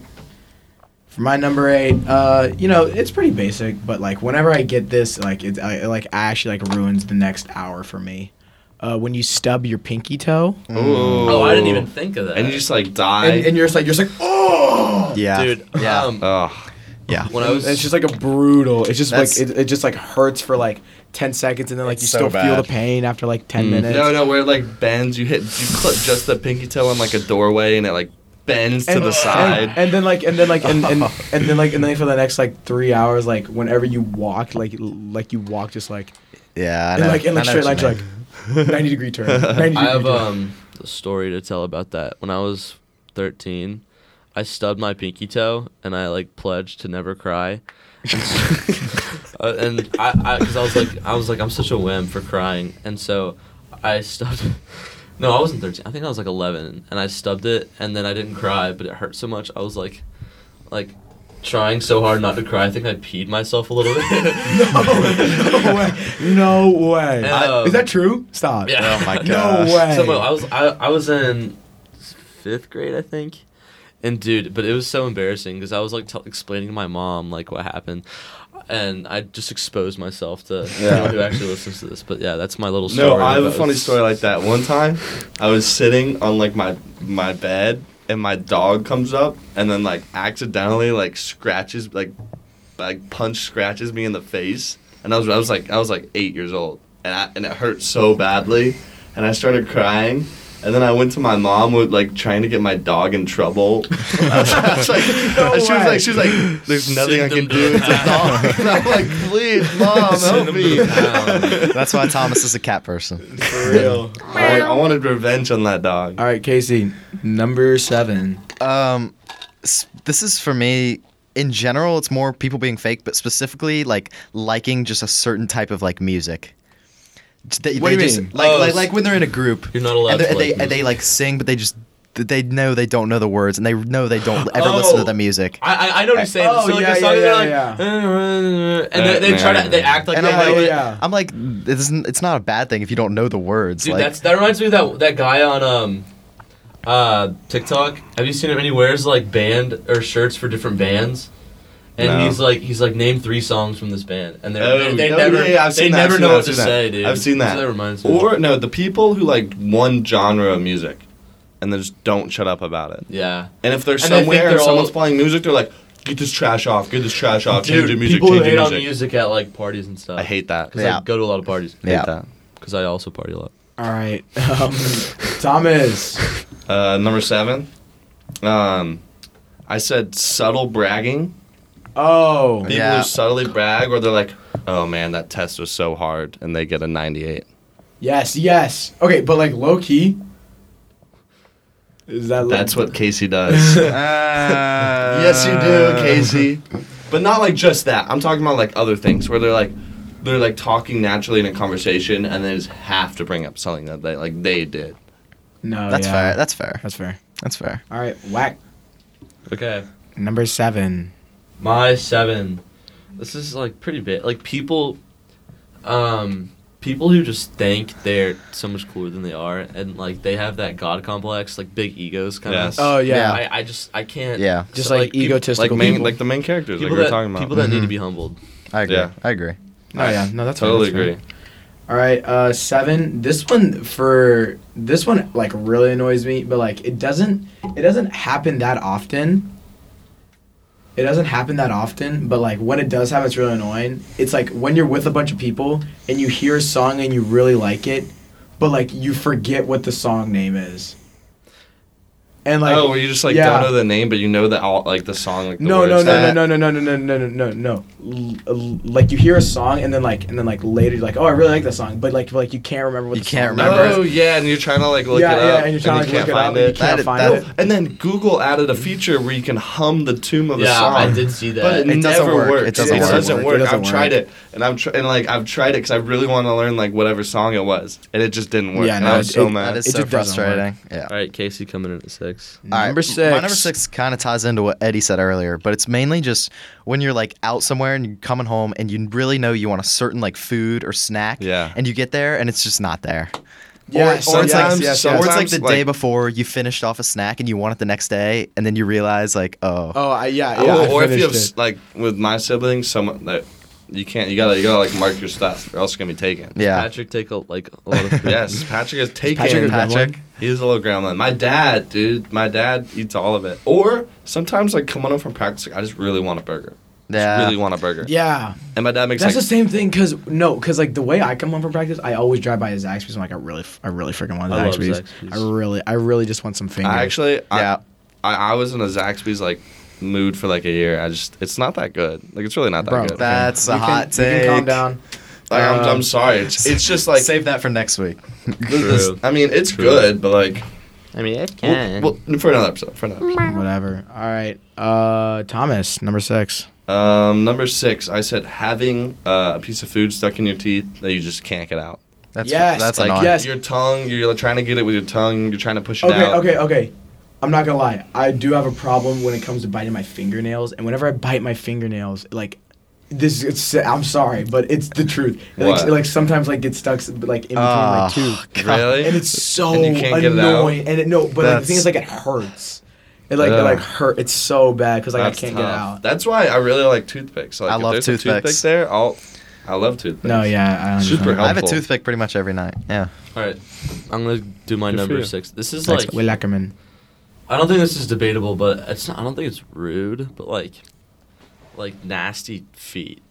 Speaker 3: For my number eight, uh, you know, it's pretty basic, but like whenever I get this, like it's I, it like actually like ruins the next hour for me. Uh, when you stub your pinky toe,
Speaker 2: Ooh.
Speaker 1: Oh, I didn't even think of that.
Speaker 2: And you just like die.
Speaker 3: and, and you're just like you're just like oh
Speaker 4: yeah,
Speaker 1: dude.
Speaker 4: yeah,
Speaker 1: Um,
Speaker 2: Ugh.
Speaker 4: yeah.
Speaker 1: when I was,
Speaker 3: And it's just like a brutal. It's just like
Speaker 4: That's-
Speaker 3: it, it just like hurts for like ten seconds, and then like
Speaker 4: It's
Speaker 3: you
Speaker 4: so
Speaker 3: still feel
Speaker 4: bad.
Speaker 3: the pain after like ten
Speaker 1: Mm.
Speaker 3: minutes.
Speaker 2: No, no, where it like bends. You hit, you clip just the pinky toe on like a doorway, and it like bends to the side.
Speaker 3: And, then like and then like and, and, and then like and then for the next like three hours, like whenever you walk, like l- like you walk just like
Speaker 4: yeah. I
Speaker 3: and
Speaker 4: know.
Speaker 3: like and like
Speaker 4: I know
Speaker 3: straight
Speaker 4: what
Speaker 3: lines,
Speaker 4: you mean.
Speaker 3: you're like ninety degree turn. 90
Speaker 1: I
Speaker 3: degree
Speaker 1: have
Speaker 3: turn.
Speaker 1: um a story to tell about that. When I was 13, I stubbed my pinky toe and I like pledged to never cry. uh, and I, I, cause I was like, I was like, I'm such a wimp for crying, and so I stubbed. No, I wasn't 13. I think I was like 11, and I stubbed it, and then I didn't cry, but it hurt so much. I was like, like. Trying so hard not to cry, I think I peed myself a little bit.
Speaker 3: no way. No way.
Speaker 1: Um,
Speaker 3: Is that true? Stop.
Speaker 1: Yeah.
Speaker 4: Oh my
Speaker 1: No
Speaker 4: gosh.
Speaker 3: No way.
Speaker 1: So I was I, I was in fifth grade, I think. And dude, but it was so embarrassing because I was like tell explaining to my mom like what happened, and I just exposed myself to anyone who actually listens to this. But yeah, that's my little story.
Speaker 2: No, I have a
Speaker 1: about-
Speaker 2: funny story like that. One time, I was sitting on like my my bed, and my dog comes up, and then like accidentally like scratches like like punch scratches me in the face, and I was I was like I was like eight years old, and I, and it hurt so badly, and I started crying. And then I went to my mom with like trying to get my dog in trouble. I was, I was like,
Speaker 3: No
Speaker 2: she was
Speaker 3: way.
Speaker 2: like, she was like, there's nothing I
Speaker 1: Send
Speaker 2: can
Speaker 1: them to
Speaker 2: do. It's
Speaker 1: the
Speaker 2: a dog. And I'm like, please, mom,
Speaker 1: Send them
Speaker 2: help
Speaker 1: to
Speaker 2: me.
Speaker 1: the pound.
Speaker 4: That's why Thomas is a cat person.
Speaker 3: for real.
Speaker 2: I, I wanted revenge on that dog.
Speaker 3: All right, Casey, number seven.
Speaker 4: Um, s- this is for me. In general, it's more people being fake, but specifically like liking just a certain type of like music. J- They,
Speaker 3: What
Speaker 4: they
Speaker 3: do you
Speaker 4: just,
Speaker 3: mean?
Speaker 4: Like,
Speaker 1: Oh,
Speaker 4: like
Speaker 1: s-
Speaker 4: like when they're in a group.
Speaker 1: You're not allowed
Speaker 4: And, they're-
Speaker 1: to
Speaker 4: and
Speaker 1: like
Speaker 4: they and they
Speaker 1: music.
Speaker 4: like sing, but they just they know they don't know the words, and they know they don't ever
Speaker 1: Oh.
Speaker 4: listen to the music.
Speaker 1: I, I I know what you're saying.
Speaker 3: Oh,
Speaker 1: so like
Speaker 3: yeah,
Speaker 1: a song,
Speaker 3: yeah,
Speaker 1: they're
Speaker 3: yeah,
Speaker 1: like,
Speaker 3: yeah.
Speaker 1: and they, they try to they act like
Speaker 4: and
Speaker 1: they
Speaker 4: I'm like,
Speaker 1: know it.
Speaker 3: yeah.
Speaker 4: I'm like, this isn't, it's not a bad thing if you don't know the words.
Speaker 1: Dude,
Speaker 4: like,
Speaker 1: that's that reminds me of that that guy on um uh TikTok. Have you seen him? And he wears like band or shirts for different bands. And
Speaker 2: No.
Speaker 1: he's like, he's like, name three songs from this band, and they're,
Speaker 2: Oh,
Speaker 1: they, they
Speaker 2: oh,
Speaker 1: never,
Speaker 2: yeah, yeah, I've
Speaker 1: they
Speaker 2: seen that,
Speaker 1: never
Speaker 2: I've seen
Speaker 1: know
Speaker 2: that,
Speaker 1: what
Speaker 2: I've
Speaker 1: to
Speaker 2: seen that.
Speaker 1: say, dude.
Speaker 2: I've seen
Speaker 1: That's
Speaker 2: that.
Speaker 1: what reminds me.
Speaker 2: Or no, the people who like one genre of music and they just don't shut up about it.
Speaker 1: yeah,
Speaker 2: And if they're
Speaker 1: they think
Speaker 2: somewhere
Speaker 1: they're
Speaker 2: and someone's
Speaker 1: all-
Speaker 2: playing music, they're like, "Get this trash off! Get this trash off! change the
Speaker 1: dude,
Speaker 2: music!
Speaker 1: people who
Speaker 2: Change the
Speaker 1: hate
Speaker 2: music!"
Speaker 1: on music at like parties and stuff.
Speaker 2: I hate that.
Speaker 1: because
Speaker 4: Yeah.
Speaker 1: I go to a lot of parties.
Speaker 2: Hate
Speaker 4: Yeah.
Speaker 2: that.
Speaker 1: because I also party a lot.
Speaker 3: All right, um, Thomas.
Speaker 2: Uh, number seven. Um, I said subtle bragging.
Speaker 3: Oh,
Speaker 2: People
Speaker 4: Yeah.
Speaker 2: who subtly brag, or they're like, "Oh man, that test was so hard," and they get a ninety-eight.
Speaker 3: yes, yes. Okay, but like low key. Is that low-
Speaker 2: That's what Casey does.
Speaker 4: Ah.
Speaker 2: Yes, you do, Casey. Uh, But not like just that. I'm talking about like other things where they're like, they're like talking naturally in a conversation, and they just have to bring up something that they like they did.
Speaker 3: No,
Speaker 4: That's
Speaker 3: Oh, yeah.
Speaker 4: fair. That's fair.
Speaker 3: That's fair.
Speaker 4: That's fair.
Speaker 3: All right, whack
Speaker 1: Okay,
Speaker 3: number seven.
Speaker 1: my seven. This is like pretty big. Like people, um, people who just think they're so much cooler than they are, and like they have that god complex, like big egos kind
Speaker 2: Yes.
Speaker 1: of.
Speaker 3: Oh yeah.
Speaker 4: Yeah.
Speaker 1: I, I just I can't.
Speaker 4: Yeah.
Speaker 3: Just
Speaker 1: so,
Speaker 3: like,
Speaker 1: peop-
Speaker 2: like
Speaker 3: egotistical
Speaker 2: main,
Speaker 3: people.
Speaker 2: like the main characters, like
Speaker 1: People
Speaker 2: we were
Speaker 1: that,
Speaker 2: talking about.
Speaker 1: people that need to
Speaker 4: Mhm.
Speaker 1: be humbled.
Speaker 4: I agree.
Speaker 2: Yeah.
Speaker 4: I agree.
Speaker 3: oh yeah, no, that's fair,
Speaker 2: totally
Speaker 3: that's fair.
Speaker 2: agree.
Speaker 3: All right, uh, seven. This one for this one like really annoys me, but like it doesn't it doesn't happen that often. It doesn't happen that often, but like when it does happen, it's really annoying. It's like when you're with a bunch of people and you hear a song and you really like it, but like you forget what the song name is. And like
Speaker 2: oh, where you just like
Speaker 3: yeah.
Speaker 2: don't know the name, but you know the all like the song, like the
Speaker 3: no,
Speaker 2: words.
Speaker 3: no, no,
Speaker 4: that-
Speaker 3: no, no, no, no, no, no, no, no, no. L- l- Like you hear a song and then like and then like later you're like, oh, I really like that song, but like like you can't remember what
Speaker 4: You
Speaker 3: the
Speaker 4: can't
Speaker 3: song
Speaker 4: remember.
Speaker 2: Oh yeah, and you're trying to like look
Speaker 3: yeah,
Speaker 2: it
Speaker 3: yeah,
Speaker 2: up,
Speaker 3: and you're trying to
Speaker 2: you
Speaker 3: like, look it
Speaker 2: can't
Speaker 3: up and
Speaker 2: find
Speaker 3: you
Speaker 2: it.
Speaker 3: can't
Speaker 4: That-
Speaker 3: find
Speaker 4: that-
Speaker 3: it.
Speaker 2: And then Google added a feature where you can hum the tune of a
Speaker 1: Yeah,
Speaker 2: song.
Speaker 1: I did see that.
Speaker 2: But it,
Speaker 4: It doesn't
Speaker 2: never
Speaker 4: work.
Speaker 2: works.
Speaker 4: It doesn't
Speaker 2: it
Speaker 4: work.
Speaker 2: doesn't work.
Speaker 3: It doesn't
Speaker 2: I've tried
Speaker 3: work.
Speaker 2: it, and I'm tr- and like I've tried it because I really want to learn like whatever song it was, and it just didn't work.
Speaker 3: Yeah,
Speaker 2: and
Speaker 3: no,
Speaker 2: I was
Speaker 3: it-
Speaker 2: so
Speaker 3: it-
Speaker 2: mad.
Speaker 4: That is
Speaker 3: It
Speaker 4: so
Speaker 3: just doesn't work.
Speaker 4: frustrating. Yeah.
Speaker 1: All right, Casey coming in at six.
Speaker 4: All right,
Speaker 3: Number
Speaker 4: m-
Speaker 3: six.
Speaker 4: My number six kind of ties into what Eddie said earlier, but it's mainly just when you're like out somewhere and you're coming home and you really know you want a certain like food or snack,
Speaker 2: Yeah.
Speaker 4: and you get there and it's just not there.
Speaker 3: Yes,
Speaker 4: or, or it's like,
Speaker 3: sometimes- yes,
Speaker 4: or it's like
Speaker 2: sometimes,
Speaker 4: the
Speaker 2: like-
Speaker 4: day before you finished off a snack and you want it the next day, and then you realize like, oh,
Speaker 3: Oh, I, yeah,
Speaker 2: Or-
Speaker 3: yeah. I
Speaker 2: or if you have
Speaker 3: finished
Speaker 2: s- like with my siblings, someone that you can't, you gotta, you gotta like mark your stuff, or else it's gonna be taken.
Speaker 4: yeah,
Speaker 1: Patrick take a, like a lot of.
Speaker 2: Yes, Patrick is taken.
Speaker 3: Patrick a gremlin?
Speaker 4: Patrick.
Speaker 2: He's a little gremlin. My dad, dude, my dad eats all of it. Or sometimes like coming home from practice, like, I just really want a burger.
Speaker 4: Yeah.
Speaker 2: Just really want a burger.
Speaker 3: it. Yeah,
Speaker 2: And my dad makes
Speaker 3: that's
Speaker 2: like
Speaker 3: the same thing. Cause no, cause like the way I come home from practice, I always drive by a Zaxby's. I'm like, I really, f- I really freaking want a
Speaker 1: I love
Speaker 3: Zaxby's.
Speaker 1: Zaxby's.
Speaker 3: I really, I really just want some fingers.
Speaker 2: I actually,
Speaker 4: Yeah.
Speaker 2: yeah, I, I, was in a Zaxby's like mood for like a year. I just, it's not that good. Like it's really not that
Speaker 3: Bro,
Speaker 2: good.
Speaker 4: that- That's a
Speaker 3: you can,
Speaker 4: hot
Speaker 3: You can calm
Speaker 4: take.
Speaker 3: down.
Speaker 2: like I'm,
Speaker 3: um,
Speaker 2: I'm sorry. It's, it's just like
Speaker 4: save that for next week.
Speaker 2: this- this-
Speaker 1: True.
Speaker 2: I mean, it's
Speaker 1: True.
Speaker 2: good, but like,
Speaker 1: I mean, it
Speaker 2: well, well, for another episode. For another episode.
Speaker 3: Whatever. All right, uh, Thomas, number six.
Speaker 2: Um, number six, I said having uh, a piece of food stuck in your teeth that you just can't get out.
Speaker 4: That's
Speaker 3: Yes,
Speaker 4: that's
Speaker 3: like,
Speaker 4: annoying.
Speaker 3: yes.
Speaker 2: Your tongue, you're like, trying to get it with your tongue. You're trying to push it
Speaker 3: Okay,
Speaker 2: out.
Speaker 3: okay, okay. I'm not gonna lie. I do have a problem when it comes to biting my fingernails, and whenever I bite my fingernails, like this, it's I'm sorry, but it's the truth. It, like,
Speaker 2: What? Ah,
Speaker 3: it, like sometimes like gets stuck like in between my
Speaker 4: Oh,
Speaker 3: tooth,
Speaker 4: God.
Speaker 2: Really?
Speaker 3: and it's so
Speaker 2: And you can't get it out?
Speaker 3: annoying. And it no, but like, the thing
Speaker 4: That's-
Speaker 3: is like it hurts. It like it
Speaker 2: Ugh.
Speaker 3: like hurt. It's so bad because like I can't get it out.
Speaker 2: That's why I really like toothpicks. Like,
Speaker 4: I
Speaker 2: if
Speaker 4: love
Speaker 2: there's A
Speaker 4: toothpicks.
Speaker 2: toothpick there, I'll, I love toothpicks.
Speaker 3: No, yeah, I
Speaker 2: Super
Speaker 4: I have a
Speaker 2: helpful.
Speaker 4: toothpick pretty much every night. Yeah.
Speaker 1: All right, I'm gonna do my
Speaker 2: Good for
Speaker 1: number
Speaker 2: you.
Speaker 1: six. This is
Speaker 3: Like,
Speaker 1: like
Speaker 3: Will Ackerman.
Speaker 1: I don't think this is debatable, but it's not, I don't think it's rude, but like, like nasty feet.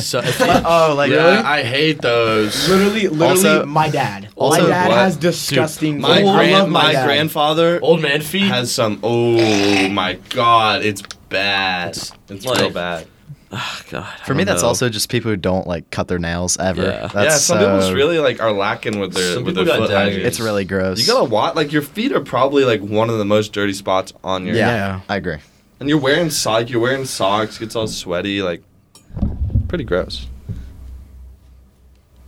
Speaker 1: So if you-
Speaker 4: oh, like
Speaker 2: yeah, I hate those.
Speaker 3: Literally, literally,
Speaker 4: Also-
Speaker 3: my dad.
Speaker 4: also-
Speaker 3: my dad
Speaker 2: what?
Speaker 3: has
Speaker 2: Dude,
Speaker 3: disgusting.
Speaker 2: My,
Speaker 3: I love
Speaker 2: grand, my,
Speaker 3: dad.
Speaker 2: grandfather
Speaker 1: old man feet.
Speaker 2: has some. Oh my god, it's bad. It's,
Speaker 1: like-
Speaker 2: real bad.
Speaker 1: Ah, God, I
Speaker 4: For me,
Speaker 1: don't
Speaker 4: that's
Speaker 1: know.
Speaker 4: also just people who don't like cut their nails ever.
Speaker 1: Yeah.
Speaker 4: That's
Speaker 2: yeah, some
Speaker 4: so,
Speaker 2: people just really like are lacking with their
Speaker 1: Some
Speaker 2: with
Speaker 1: people
Speaker 2: their
Speaker 1: got
Speaker 2: foot
Speaker 1: daggers.
Speaker 2: hygiene.
Speaker 4: It's really gross.
Speaker 2: You gotta watch. Like your feet are probably like one of the most dirty spots on your.
Speaker 4: yeah,
Speaker 3: Yeah.
Speaker 4: I agree.
Speaker 2: And you're wearing socks. You're wearing socks. Gets all sweaty. Like, pretty gross.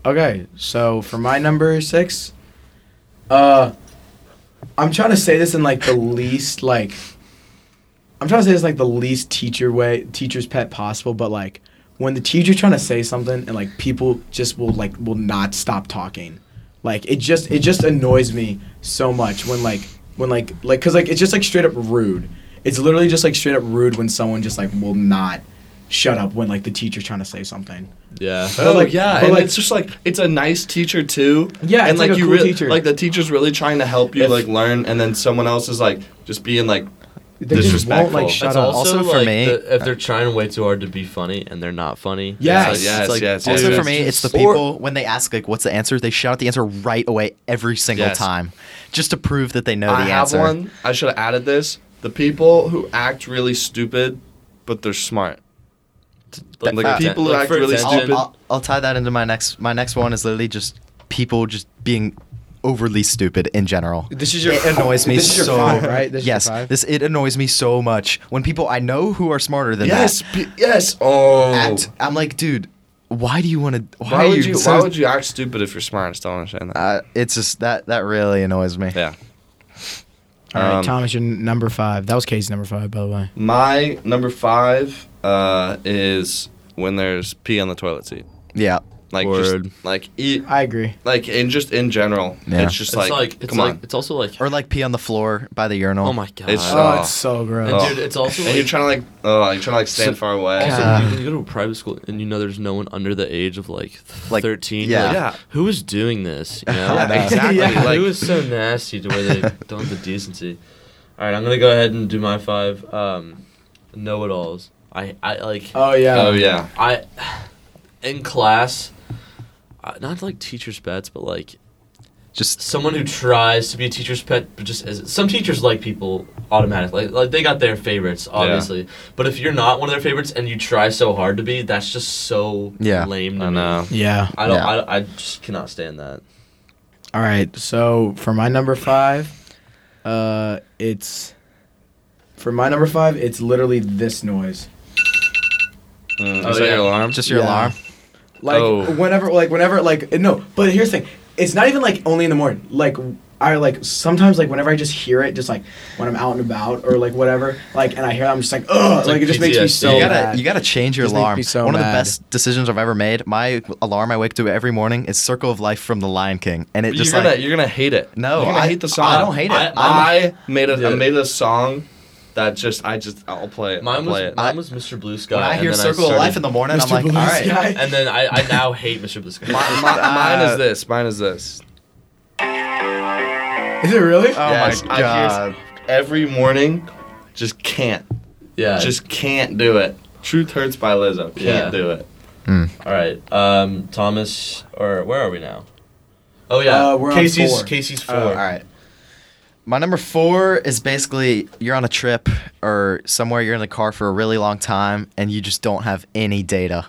Speaker 3: Okay, so for my number six, uh, I'm trying to say this in like the least like, I'm trying to say this like the least teacher way, teacher's pet possible. But like, when the teacher's trying to say something and like people just will like will not stop talking, like it just it just annoys me so much when like when like like cause like it's just like straight up rude. It's literally just like straight up rude when someone just like will not shut up when like the teacher's trying to say something.
Speaker 1: yeah.
Speaker 2: Oh
Speaker 3: like-
Speaker 2: yeah,
Speaker 3: but
Speaker 2: and
Speaker 3: like-
Speaker 2: it's just like it's a nice teacher too.
Speaker 3: Yeah,
Speaker 2: and
Speaker 3: it's like a
Speaker 2: you
Speaker 3: cool
Speaker 2: really
Speaker 3: teacher.
Speaker 2: like the teacher's really trying to help you
Speaker 1: If-
Speaker 2: like learn, and then someone else is like just being like,
Speaker 3: They just won't
Speaker 2: Disrespectful.
Speaker 3: like shut
Speaker 1: That's
Speaker 3: up.
Speaker 1: also,
Speaker 4: Also for
Speaker 1: like,
Speaker 4: me-
Speaker 1: the- if they're trying way too hard to be funny and they're not funny. it's
Speaker 3: Yes.
Speaker 1: like- it's
Speaker 2: uh, Yes,
Speaker 1: like-
Speaker 2: yes,
Speaker 4: Also,
Speaker 2: yes.
Speaker 4: for me, it's the
Speaker 1: Or-
Speaker 4: people when they ask like, "What's the answer?" They shout out the answer right away every single
Speaker 2: Yes.
Speaker 4: time, just to prove that they
Speaker 3: Oh,
Speaker 4: know
Speaker 2: I
Speaker 4: the
Speaker 2: have
Speaker 4: answer.
Speaker 2: one. I should have added this. The people who act really stupid, but they're smart.
Speaker 1: like,
Speaker 2: Like,
Speaker 1: for atten-
Speaker 2: people who
Speaker 1: like,
Speaker 2: act
Speaker 1: for
Speaker 2: really
Speaker 1: attention.
Speaker 4: I'll,
Speaker 2: stupid.
Speaker 4: I'll, I'll tie that into my next. My next one is literally just people just being overly stupid in general.
Speaker 3: This is your
Speaker 4: It annoys me
Speaker 3: this is your
Speaker 4: so.
Speaker 3: five, right? This is your
Speaker 4: yes,
Speaker 3: five?
Speaker 4: this it annoys me so much when people I know who are smarter than
Speaker 2: Yes,
Speaker 4: that
Speaker 2: pe- yes. Oh,
Speaker 4: act. I'm like, dude, why do you want to? Why,
Speaker 2: why
Speaker 4: are
Speaker 2: would
Speaker 4: you?
Speaker 2: you?
Speaker 4: so-
Speaker 2: Why would you act stupid if you're smart? I still don't understand that.
Speaker 4: uh, it's just that that really annoys me.
Speaker 2: yeah.
Speaker 3: All right,
Speaker 2: Um,
Speaker 3: Thomas, you're n- number five. That was Katie's number five, by the way.
Speaker 2: My number five uh, is when there's pee on the toilet seat.
Speaker 4: Yeah.
Speaker 2: Like
Speaker 1: Word.
Speaker 2: just like e, eat
Speaker 3: I agree.
Speaker 2: like in just in general.
Speaker 4: Yeah.
Speaker 2: It's just
Speaker 1: It's
Speaker 2: like,
Speaker 1: like, it's
Speaker 2: come
Speaker 1: like
Speaker 2: on.
Speaker 1: it's also like
Speaker 4: Or like pee on the floor by the urinal.
Speaker 1: oh my god.
Speaker 2: It's
Speaker 3: Oh,
Speaker 2: so-
Speaker 3: it's so gross.
Speaker 1: and
Speaker 2: Oh.
Speaker 1: dude, it's also
Speaker 2: And you're
Speaker 1: like,
Speaker 2: trying to like oh you're trying to like stand
Speaker 1: So-
Speaker 2: far away.
Speaker 1: also
Speaker 4: Yeah.
Speaker 1: when you go to a private school and you know there's no one under the age of like, th-
Speaker 4: Like,
Speaker 1: 13.
Speaker 4: yeah.
Speaker 1: you're like,
Speaker 2: Yeah.
Speaker 1: Who is doing this? You know?
Speaker 4: Yeah,
Speaker 2: Yeah, exactly.
Speaker 3: Yeah.
Speaker 1: it
Speaker 2: Like
Speaker 1: was so nasty to where they don't have the decency. All right, I'm gonna go ahead and do my five um, know-it-alls. I, I like
Speaker 4: Uh.
Speaker 3: Oh yeah.
Speaker 2: oh yeah.
Speaker 1: I in class, uh, not like teachers' pets, but like
Speaker 4: Just
Speaker 1: someone who tries to be a teacher's pet, but just as some teachers like people automatically, like, like they got their favorites, obviously. But if you're not one of their favorites and you try so hard to be, that's just so
Speaker 4: Yeah.
Speaker 1: lame. To
Speaker 2: I
Speaker 1: me.
Speaker 2: know.
Speaker 3: Yeah.
Speaker 1: I don't.
Speaker 4: Yeah.
Speaker 1: I, I just cannot stand that.
Speaker 3: All right. So for my number five, uh, it's for my number five. It's literally this noise.
Speaker 2: Mm,
Speaker 1: Oh,
Speaker 2: is that
Speaker 1: yeah.
Speaker 2: your alarm?
Speaker 4: just your
Speaker 3: Yeah.
Speaker 4: alarm.
Speaker 3: Like
Speaker 2: Oh.
Speaker 3: whenever, like whenever, like uh, no. But here's the thing: it's not even like only in the morning. Like I like sometimes like whenever I just hear it, just like when I'm out and about or like whatever, like and I hear, it, I'm just like ugh,
Speaker 1: It's
Speaker 3: like,
Speaker 1: like
Speaker 3: it just makes me
Speaker 1: PTSD.
Speaker 3: so
Speaker 4: You
Speaker 1: You
Speaker 4: gotta
Speaker 3: bad.
Speaker 4: you gotta change your
Speaker 3: Just makes
Speaker 4: alarm.
Speaker 3: me so
Speaker 4: One of the
Speaker 3: mad.
Speaker 4: best decisions I've ever made. My alarm I wake to every morning is "Circle of Life" from The Lion King, and it
Speaker 2: You're
Speaker 4: just
Speaker 2: gonna
Speaker 4: like
Speaker 2: you're gonna hate it.
Speaker 4: no,
Speaker 2: you're gonna
Speaker 4: I
Speaker 2: hate the song.
Speaker 4: I don't hate it.
Speaker 1: I-
Speaker 4: I'm-
Speaker 2: I made a I
Speaker 1: Yeah.
Speaker 2: made a song that just I just I'll play it. I'll
Speaker 1: Mine
Speaker 2: play
Speaker 1: was
Speaker 2: it.
Speaker 1: mine was Mr. Blue Sky.
Speaker 4: when I
Speaker 1: and
Speaker 4: hear
Speaker 1: then
Speaker 4: "Circle of
Speaker 1: started-
Speaker 4: Life" in the morning, I'm
Speaker 3: Mr.
Speaker 4: like, all
Speaker 3: Blue
Speaker 4: right.
Speaker 3: Sky.
Speaker 1: and then I, I now hate Mr. Blue Sky.
Speaker 2: Mi- mi- mine
Speaker 1: uh,
Speaker 2: is this. Mine is this.
Speaker 3: Is it really?
Speaker 4: Oh
Speaker 2: Yes,
Speaker 4: my
Speaker 2: I hear-
Speaker 4: god.
Speaker 2: Every morning, just can't.
Speaker 1: yeah.
Speaker 2: Just can't do it. Truth Hurts by Lizzo. Can't
Speaker 1: Yeah.
Speaker 2: do it.
Speaker 1: all right. Um, Thomas, or where are we now? Oh yeah,
Speaker 3: Uh, we're on
Speaker 1: Casey's
Speaker 3: four.
Speaker 1: Casey's four.
Speaker 4: Oh, all right. My number four is basically you're on a trip or somewhere you're in the car for a really long time and you just don't have any data.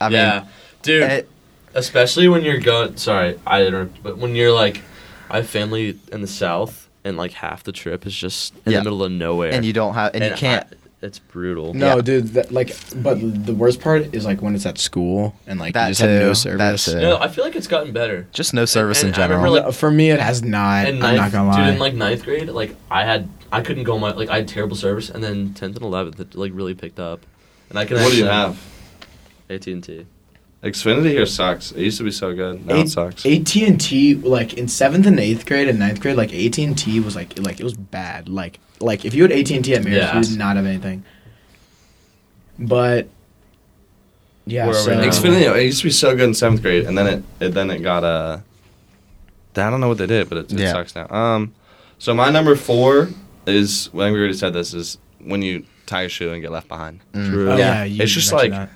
Speaker 4: I
Speaker 1: yeah, dude.
Speaker 4: mean, eh, it,
Speaker 1: especially when you're going. Sorry, I interrupt. But when you're like, I have family in the south, and like half the trip is just in
Speaker 4: Yeah.
Speaker 1: the middle of nowhere,
Speaker 4: and you don't have, and, you
Speaker 1: I-
Speaker 4: can't.
Speaker 1: it's brutal.
Speaker 3: No,
Speaker 4: Yeah.
Speaker 3: dude. That, like, but the worst part is like when it's at school and like
Speaker 4: That
Speaker 3: you just have no
Speaker 4: too, that
Speaker 3: service.
Speaker 4: too.
Speaker 1: No, I feel like it's gotten better.
Speaker 4: just no service
Speaker 1: and
Speaker 4: in
Speaker 1: I remember,
Speaker 4: general.
Speaker 1: like,
Speaker 3: No, for me, it has not.
Speaker 1: And
Speaker 3: I'm not
Speaker 1: ninth,
Speaker 3: gonna lie.
Speaker 1: dude, in like ninth grade, like I had, I couldn't go my, like I had terrible service, and then tenth and eleventh, it like really picked up, and I can.
Speaker 2: What do you
Speaker 1: actually-
Speaker 2: have?
Speaker 1: AT&T.
Speaker 2: Xfinity here sucks. It used to be so good. Now it sucks.
Speaker 3: AT and T like in seventh and eighth grade and ninth grade like AT and T was like like it was bad like like if you had AT and T at Marist
Speaker 1: Yeah.
Speaker 3: you did not have anything. But yeah,
Speaker 1: Where are we
Speaker 3: so,
Speaker 2: Um,
Speaker 1: now?
Speaker 2: Xfinity. It used to be so good in seventh grade, and then it, it then it got uh, I don't know what they did, but it, it
Speaker 4: Yeah.
Speaker 2: sucks now. Um, so my number four is I think we already said this is when you tie your shoe and get left behind.
Speaker 3: Oh,
Speaker 4: Yeah.
Speaker 3: yeah, you
Speaker 2: It's just
Speaker 3: mentioned
Speaker 2: like-
Speaker 3: that.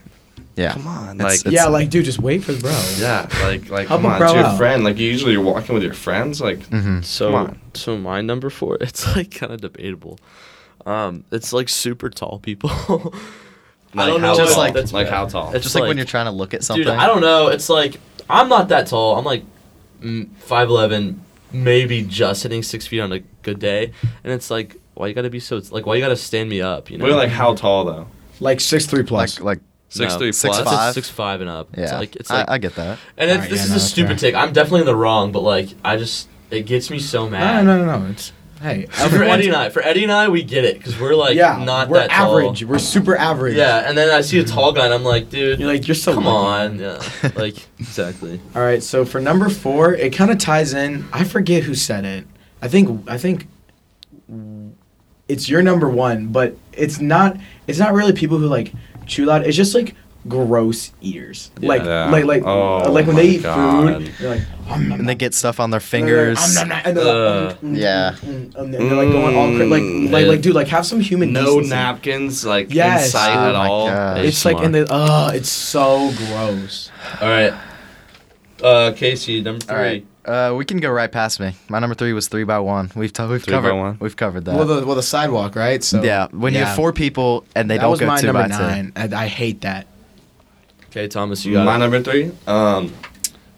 Speaker 4: yeah.
Speaker 2: Come on,
Speaker 4: It's-
Speaker 2: like
Speaker 3: yeah, like dude, just wait for the bro.
Speaker 2: yeah, like like
Speaker 3: Help
Speaker 2: come
Speaker 3: a
Speaker 2: on,
Speaker 3: bro
Speaker 2: it's your
Speaker 3: out.
Speaker 2: friend. Like usually you're walking with your friends. Like
Speaker 4: hmm
Speaker 2: Come
Speaker 1: So
Speaker 2: on.
Speaker 1: so my number four, it's like kind of debatable. Um, it's like super tall people. I
Speaker 2: Like
Speaker 1: don't
Speaker 2: how
Speaker 1: know.
Speaker 4: Just
Speaker 1: if
Speaker 4: like-
Speaker 1: that's
Speaker 2: like
Speaker 1: bad.
Speaker 2: how tall?
Speaker 1: It's
Speaker 4: Just like, when you're trying to look at something.
Speaker 1: Dude, I don't know. It's like I'm not that tall. I'm like mm, five eleven, maybe just hitting six feet on a good day. And it's like, why you gotta be so? Like, why you gotta stand me up? You know,
Speaker 2: we're like how tall though?
Speaker 3: Like six three plus.
Speaker 4: like, like,
Speaker 2: Six
Speaker 1: No.
Speaker 2: three
Speaker 4: Six
Speaker 2: plus.
Speaker 1: That's
Speaker 4: five.
Speaker 1: a six five and up. It's
Speaker 4: yeah.
Speaker 1: like it's like,
Speaker 4: I, I get that.
Speaker 1: and it's,
Speaker 3: Alright,
Speaker 1: this
Speaker 3: yeah,
Speaker 1: is
Speaker 3: no,
Speaker 1: a
Speaker 3: that's
Speaker 1: stupid take. I'm definitely in the wrong, but like I just it gets me so
Speaker 3: no,
Speaker 1: mad.
Speaker 3: no, no, no. It's hey,
Speaker 1: So for Eddie and I, for Eddie and I, we get it because we're like
Speaker 3: yeah,
Speaker 1: not
Speaker 3: we're
Speaker 1: that
Speaker 3: average.
Speaker 1: tall.
Speaker 3: We're super average.
Speaker 1: Yeah, and then I see a tall guy and I'm like, dude,
Speaker 3: You're like, you're so
Speaker 1: come
Speaker 3: lucky.
Speaker 1: on, yeah, like exactly.
Speaker 3: All right, so for number four, it kind of ties in. I forget who said it. I think I think it's your number one, but it's not. It's not really people who like chew loud. It's just like gross eaters. Like
Speaker 2: Yeah.
Speaker 3: like like
Speaker 2: Oh
Speaker 3: like when
Speaker 2: my
Speaker 3: they eat
Speaker 2: God.
Speaker 3: food, they're like "Om nom
Speaker 4: And they
Speaker 3: nom."
Speaker 4: get stuff on their
Speaker 3: And they're like,
Speaker 4: fingers.
Speaker 3: "Om nom nom," and they're like, "Mm, mm,
Speaker 4: Yeah.
Speaker 3: mm, mm," and they're like going all cra- like
Speaker 1: Mm.
Speaker 3: like like dude, like have some human
Speaker 2: No
Speaker 3: decency.
Speaker 2: napkins like
Speaker 3: Yes.
Speaker 2: in sight
Speaker 4: Oh
Speaker 2: at
Speaker 4: my
Speaker 2: all.
Speaker 4: God.
Speaker 3: It's like and they uh it's so gross.
Speaker 1: All right, uh, Casey, number three.
Speaker 4: All right. Uh, we can go right past me. My number three was three by one. We've t- we've
Speaker 2: Three by
Speaker 4: covered
Speaker 2: one.
Speaker 4: we've covered that.
Speaker 3: well the well the sidewalk right so
Speaker 4: yeah, when you have
Speaker 3: Yeah.
Speaker 4: four people and they
Speaker 3: that
Speaker 4: don't
Speaker 3: was
Speaker 4: go
Speaker 3: my
Speaker 4: two by
Speaker 3: number
Speaker 4: two.
Speaker 3: nine. I, I hate that.
Speaker 1: Okay, Thomas, you got
Speaker 2: my
Speaker 1: it.
Speaker 2: number three. Um,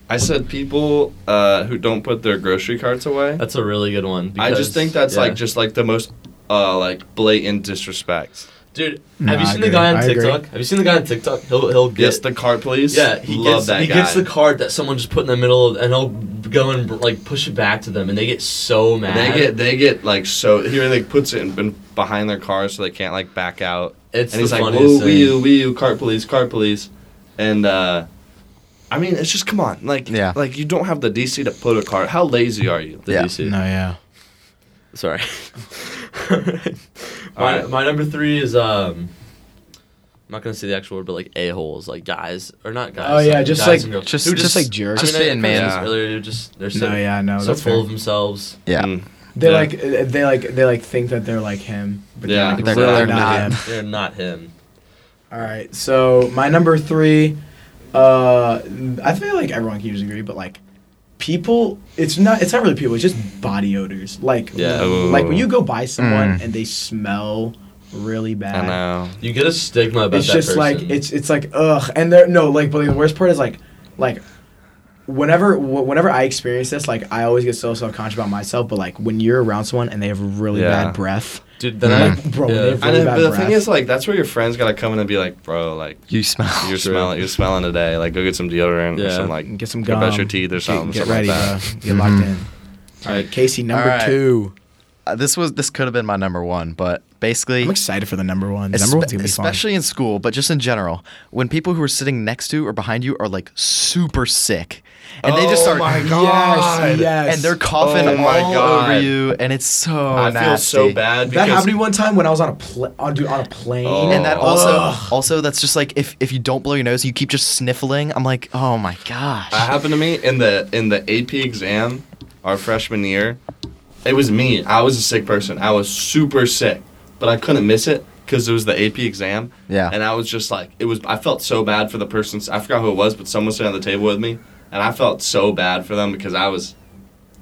Speaker 2: I said people uh, who don't put their grocery carts away.
Speaker 1: That's a really good one.
Speaker 2: I
Speaker 1: because-
Speaker 2: just think that's
Speaker 1: yeah.
Speaker 2: like just like the most uh, like blatant disrespect.
Speaker 1: dude.
Speaker 3: No,
Speaker 1: have you
Speaker 3: I
Speaker 1: seen
Speaker 3: agree.
Speaker 1: the guy on
Speaker 3: I agree.
Speaker 1: TikTok? Have you seen the guy on TikTok? He'll he'll get
Speaker 2: Yes, the cart, please.
Speaker 1: yeah he
Speaker 2: Love
Speaker 1: gets
Speaker 2: that
Speaker 1: he
Speaker 2: guy.
Speaker 1: gets the card that someone just put in the middle of, and he'll go and like push it back to them and they get so mad.
Speaker 2: They get they get like so here they puts it and, and behind their cars so they can't like back out.
Speaker 1: It's
Speaker 2: and
Speaker 1: the
Speaker 2: he's like,
Speaker 1: funniest
Speaker 2: "Woo,
Speaker 1: thing.
Speaker 2: wee, oo, wee, oo, car police, car police," and uh, I mean, it's just come on, like,
Speaker 4: Yeah.
Speaker 2: like you don't have the DC to put a car. How lazy are you?
Speaker 1: The
Speaker 4: Yeah.
Speaker 1: DC.
Speaker 3: No, yeah.
Speaker 1: Sorry. my,
Speaker 2: Alright.
Speaker 1: my number three is um. I'm not gonna say the actual word, but like a holes, like guys or not guys.
Speaker 3: Oh, yeah,
Speaker 1: like,
Speaker 3: just
Speaker 1: guys
Speaker 3: like-
Speaker 1: and girls.
Speaker 4: just-
Speaker 1: Who
Speaker 4: just like jerks. Just
Speaker 1: I
Speaker 4: fit in,
Speaker 1: kinda
Speaker 4: man.
Speaker 1: said this
Speaker 2: Yeah.
Speaker 1: Earlier, they're just they're so,
Speaker 3: No, yeah, no.
Speaker 1: so
Speaker 3: that's
Speaker 1: full
Speaker 3: fair.
Speaker 1: of themselves.
Speaker 4: Yeah.
Speaker 2: Mm.
Speaker 3: They
Speaker 1: Yeah.
Speaker 3: like uh, they like they like think that they're like him, but they're,
Speaker 2: Yeah,
Speaker 3: like,
Speaker 4: they're-
Speaker 3: really
Speaker 4: they're
Speaker 3: not.
Speaker 4: not.
Speaker 3: him.
Speaker 1: They're not him.
Speaker 3: All right, so my number three, uh, I feel like everyone can usually agree, but like people, it's not it's not really people, it's just body odors. Like
Speaker 1: Yeah.
Speaker 3: like when you go by someone
Speaker 4: Mm.
Speaker 3: and they smell really bad.
Speaker 2: I know.
Speaker 1: You get a stigma about
Speaker 3: it's
Speaker 1: that
Speaker 3: just
Speaker 1: person.
Speaker 3: like it's it's like ugh and there no like but the worst part is like like whenever wh- whenever i experience this like i always get so self-conscious about myself but like when you're around someone and they have really
Speaker 2: Yeah.
Speaker 3: bad breath
Speaker 1: dude. Then
Speaker 4: Mm.
Speaker 1: I,
Speaker 3: Bro,
Speaker 1: yeah.
Speaker 3: they've-
Speaker 2: And
Speaker 3: Really
Speaker 2: then,
Speaker 3: bad
Speaker 2: but the
Speaker 3: breath.
Speaker 2: thing is, like, that's where your friends gotta come in and be like, "Bro, like,
Speaker 4: You smell.
Speaker 2: you're smelling, you're smelling today. Like, go get some deodorant or
Speaker 1: Yeah.
Speaker 2: some like,
Speaker 3: get some
Speaker 2: go
Speaker 3: gum
Speaker 2: brush your teeth or something.
Speaker 3: get, get
Speaker 2: something
Speaker 3: ready
Speaker 2: like that. Mm-hmm.
Speaker 3: bro. get locked in all
Speaker 1: Alright.
Speaker 3: right casey number
Speaker 4: Alright.
Speaker 3: two
Speaker 4: Uh, this was this could have been my number one, but basically,
Speaker 3: i'm excited for the number one The
Speaker 4: espe-
Speaker 3: number one's gonna be fun
Speaker 4: especially in school, but just in general, when people who are sitting next to or behind you are like super sick, and they just
Speaker 2: Oh
Speaker 4: start
Speaker 2: my
Speaker 3: yes
Speaker 2: God.
Speaker 3: yes
Speaker 4: and they're coughing
Speaker 2: Oh my
Speaker 4: all
Speaker 2: God.
Speaker 4: over you, and it's so
Speaker 2: I feel so
Speaker 4: nasty.
Speaker 2: bad
Speaker 3: that
Speaker 2: because
Speaker 3: happened to me one time when i was on a pl- on, dude, on a plane
Speaker 2: Oh.
Speaker 4: And that also,
Speaker 3: Ugh.
Speaker 4: also that's just like if if you don't blow your nose, you keep just sniffling. I'm like, oh my gosh.
Speaker 2: That happened to me in the in the AP exam, our freshman year. It was me. I was a sick person. I was super sick, but I couldn't miss it because it was the AP exam.
Speaker 4: Yeah.
Speaker 2: And I was just like, it was. I felt so bad for the person. I forgot who it was, but someone was sitting on the table with me, and I felt so bad for them because I was.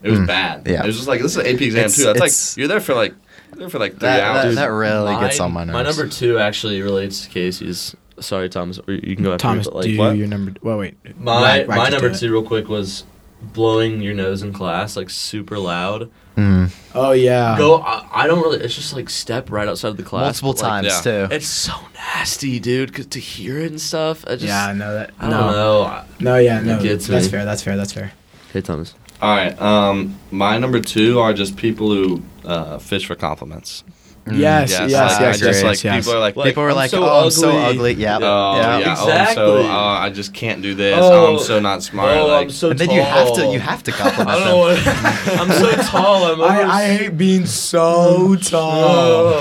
Speaker 2: It was bad.
Speaker 4: Mm. yeah.
Speaker 2: It was just like this is an AP exam
Speaker 4: It's-
Speaker 2: too. It's,
Speaker 4: it's-
Speaker 2: like you're there for like you're there for like three
Speaker 4: That- that-
Speaker 2: hours.
Speaker 4: that really gets on my
Speaker 1: Mine-
Speaker 4: nerves.
Speaker 1: My number two actually relates to Casey's. Sorry, Thomas. or You can go after
Speaker 3: thomas
Speaker 1: me, but like,
Speaker 3: do
Speaker 2: what?
Speaker 3: your number well wait
Speaker 1: My
Speaker 3: Rack- Rack
Speaker 1: my
Speaker 3: just
Speaker 1: number
Speaker 3: did it.
Speaker 1: two, real quick, was blowing your nose in class like super loud.
Speaker 4: Mm.
Speaker 3: oh yeah
Speaker 1: Go. I, I don't really. It's just like step right outside of the class.
Speaker 4: multiple
Speaker 1: but, like,
Speaker 4: times
Speaker 2: yeah.
Speaker 4: too.
Speaker 1: It's so nasty, dude. 'cause to hear it and stuff, I just.
Speaker 3: yeah, no, that
Speaker 1: I
Speaker 3: no,
Speaker 1: don't know. I-
Speaker 3: no, yeah, no.
Speaker 1: gets
Speaker 3: That's
Speaker 1: me.
Speaker 3: fair. That's fair. That's fair.
Speaker 1: Hey, Thomas.
Speaker 2: All right. Um, my number two are just people who uh, fish for compliments.
Speaker 1: Mm,
Speaker 3: Yes, yes, yes,
Speaker 2: I, I
Speaker 3: yes, yes,
Speaker 2: just like
Speaker 3: yes.
Speaker 2: people are like
Speaker 4: People were
Speaker 1: I'm
Speaker 4: like,
Speaker 1: so
Speaker 4: oh, I'm so ugly. Yeah.
Speaker 2: Oh,
Speaker 4: yeah.
Speaker 2: yeah. Oh,
Speaker 1: Exactly.
Speaker 2: I'm so, oh, I just can't do this.
Speaker 1: Oh.
Speaker 2: Oh, I'm so not smart.
Speaker 1: oh,
Speaker 2: like,
Speaker 1: I'm so
Speaker 4: and then
Speaker 1: tall.
Speaker 4: you have to you have to
Speaker 1: I
Speaker 4: compliment
Speaker 1: don't
Speaker 4: them.
Speaker 1: know what. I'm so tall. I'm.
Speaker 3: I,
Speaker 1: over-
Speaker 3: I hate being so
Speaker 1: Mm,
Speaker 3: tall.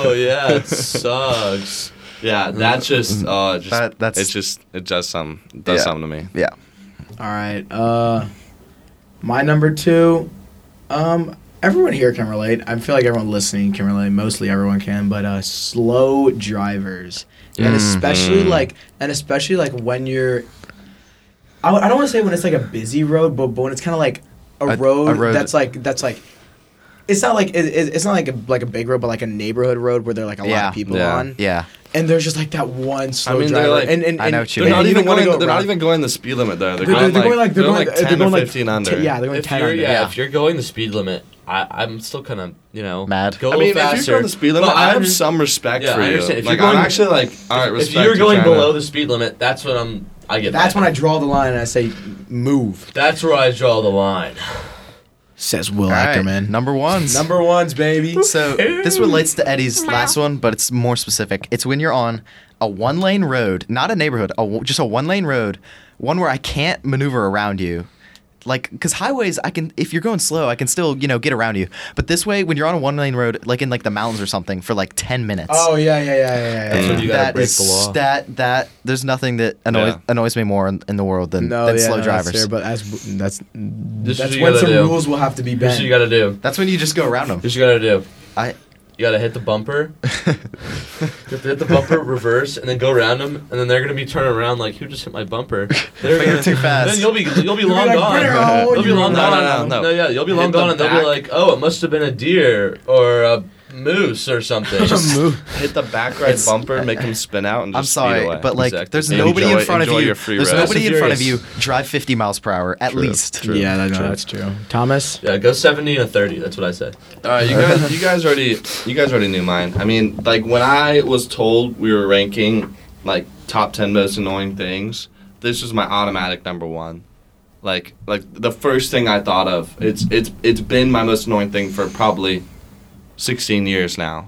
Speaker 1: Oh yeah, it sucks.
Speaker 2: yeah, that's just. Oh, it just,
Speaker 4: That- that's-
Speaker 2: it's just. It does some. It does
Speaker 4: Yeah.
Speaker 2: something to me.
Speaker 4: Yeah.
Speaker 3: All right. Uh, my number two. Um, everyone here can relate. I feel like everyone listening can relate. Mostly everyone can, but uh, slow drivers, and especially
Speaker 2: Mhm.
Speaker 3: like, and especially like when you're. I, I don't want to say when it's like a busy road, but, but when it's kind of like a,
Speaker 4: A- a
Speaker 3: road
Speaker 4: road-
Speaker 3: that's like that's like. It's not like it, it- it's not like a, like a big road, but like a neighborhood road where there are like a lot
Speaker 4: Yeah,
Speaker 3: of people
Speaker 2: yeah.
Speaker 3: on,
Speaker 4: Yeah.
Speaker 3: and there's just like that one slow
Speaker 2: mean, they're
Speaker 3: driver,
Speaker 2: like-
Speaker 3: and, and, and
Speaker 4: I know what you
Speaker 2: They're
Speaker 4: mean.
Speaker 2: not
Speaker 3: and you
Speaker 2: even
Speaker 3: don't wanna
Speaker 2: going.
Speaker 3: go
Speaker 2: They're not
Speaker 3: around.
Speaker 2: even going the speed limit there. They're,
Speaker 3: They're,
Speaker 2: going,
Speaker 3: they're
Speaker 2: like,
Speaker 3: going like
Speaker 2: they're
Speaker 3: they're
Speaker 2: like
Speaker 3: going uh,
Speaker 2: ten
Speaker 3: they're going
Speaker 2: or
Speaker 3: like
Speaker 2: fifteen under.
Speaker 3: t- yeah, they're going
Speaker 1: if
Speaker 3: ten
Speaker 1: you're,
Speaker 3: under.
Speaker 1: yeah,
Speaker 4: yeah.
Speaker 1: if you're going the speed limit, I, I'm still kind of, you know,
Speaker 4: Mad.
Speaker 1: Go a
Speaker 2: I mean,
Speaker 1: little faster.
Speaker 2: if you're going the speed
Speaker 1: But
Speaker 2: limit, I have
Speaker 1: under-
Speaker 2: some respect
Speaker 1: Yeah,
Speaker 2: for
Speaker 1: I
Speaker 2: you.
Speaker 1: understand. If
Speaker 2: Like,
Speaker 1: you're
Speaker 2: I'm
Speaker 1: going-
Speaker 2: actually like, all right,
Speaker 1: If
Speaker 2: respect.
Speaker 1: you're going
Speaker 2: trying to-
Speaker 1: below the speed limit, that's what I'm. I get.
Speaker 3: That's
Speaker 1: mad.
Speaker 3: when I draw the line and I say, "Move,"
Speaker 1: That's where I draw the line.
Speaker 3: says Will
Speaker 4: All right,
Speaker 3: Ackerman.
Speaker 4: Number one.
Speaker 3: Number ones, baby.
Speaker 4: So this relates to Eddie's last one, but it's more specific. It's when you're on a one lane road, not a neighborhood, a w just a one lane road, one where I can't maneuver around you. Like, because highways, I can, if you're going slow, I can still, you know, get around you. But this way, when you're on a one lane road, like in like the mountains or something, for like 10 minutes.
Speaker 3: Oh yeah, yeah, yeah, yeah. yeah,
Speaker 1: That's
Speaker 3: yeah.
Speaker 1: when you gotta
Speaker 4: that
Speaker 1: break
Speaker 4: is-
Speaker 1: the law.
Speaker 4: That, that, there's nothing that annoys,
Speaker 2: Yeah.
Speaker 4: annoys me more in, in the world than,
Speaker 3: No,
Speaker 4: than
Speaker 3: yeah,
Speaker 4: slow
Speaker 3: no,
Speaker 4: drivers.
Speaker 3: That's fair, but that's that's
Speaker 1: This is
Speaker 3: that's
Speaker 1: what you
Speaker 3: when
Speaker 1: gotta
Speaker 3: some
Speaker 1: do.
Speaker 3: rules will have to be
Speaker 1: Here's
Speaker 3: bent.
Speaker 1: what you gotta do.
Speaker 4: That's when you just go around them.
Speaker 1: Here's what you gotta do.
Speaker 4: I,
Speaker 1: You gotta hit the bumper. you have to hit the bumper, reverse, and then go around them, and then they're gonna be turning around like, "Who just hit my bumper?" They're
Speaker 4: But you're too fast.
Speaker 1: Then you'll be you'll be
Speaker 3: You'll be
Speaker 1: long
Speaker 3: like, "Bring it
Speaker 1: gone.
Speaker 3: on,
Speaker 1: You'll be
Speaker 3: you
Speaker 1: long
Speaker 2: No,
Speaker 1: gone.
Speaker 2: no, no, no.
Speaker 1: yeah, you'll be
Speaker 4: Hit
Speaker 1: long
Speaker 4: the
Speaker 1: gone, and they'll
Speaker 4: back.
Speaker 1: be like, "Oh, it must have been a deer or a moose or something."
Speaker 2: hit the back right bumper, make him spin out, and just
Speaker 4: I'm sorry,
Speaker 2: speed away.
Speaker 4: but like,
Speaker 1: Exactly.
Speaker 4: there's
Speaker 1: Enjoy-
Speaker 4: nobody in front of
Speaker 2: enjoy
Speaker 4: you.
Speaker 2: your free
Speaker 4: There's
Speaker 2: ride.
Speaker 4: nobody in
Speaker 1: Fast
Speaker 4: front
Speaker 1: and
Speaker 4: of you. Drive 50 miles per hour at least.
Speaker 2: True.
Speaker 3: yeah, that, no,
Speaker 2: True.
Speaker 3: that's true. Thomas.
Speaker 1: Yeah, go seventy and a thirty. That's what I say.
Speaker 2: All right, you guys, you guys already, you guys already knew mine. I mean, like when I was told we were ranking like top ten most annoying things, this was my automatic number one. Like, like the first thing I thought of. It's it's it's been my most annoying thing for probably sixteen years now.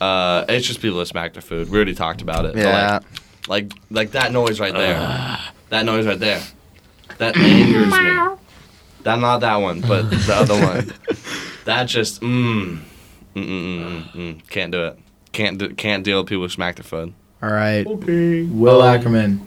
Speaker 2: Uh, it's just people that smack their food. We already talked about it. but,
Speaker 4: Yeah.
Speaker 2: like, like like that noise right there. that noise right there. That angers me. That not that one, but the other one. That just mm, mm, mm, mm, mm, mm. can't do it. Can't do, can't deal with people who smack their food.
Speaker 3: All right.
Speaker 1: Okay.
Speaker 3: Will Ackerman.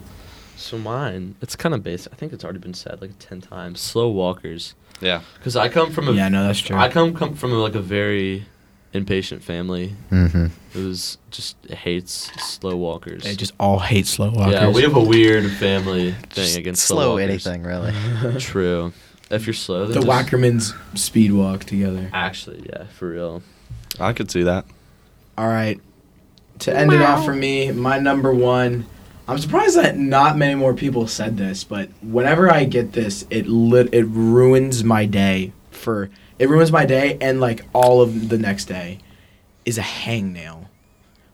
Speaker 1: So mine, it's kind of basic. I think it's already been said like ten times. Slow walkers.
Speaker 2: Yeah.
Speaker 1: Because I come from a
Speaker 3: Yeah, no, that's true.
Speaker 1: I come come from like a very impatient family
Speaker 4: Mm-hmm.
Speaker 1: who's just hates slow walkers.
Speaker 3: They just all hate slow walkers.
Speaker 1: Yeah, we have a weird family thing against slow
Speaker 4: slow
Speaker 1: walkers.
Speaker 4: anything really.
Speaker 2: Mm-hmm.
Speaker 1: True. If you're slow,
Speaker 3: the
Speaker 1: then just-
Speaker 3: Wackermans speed walk together.
Speaker 1: Actually, yeah, for real.
Speaker 2: I could see that.
Speaker 3: All right. To end it off for me, my number one. I'm surprised that not many more people said this, but whenever I get this, it lit it ruins my day for it ruins my day and like all of the next day is a hangnail.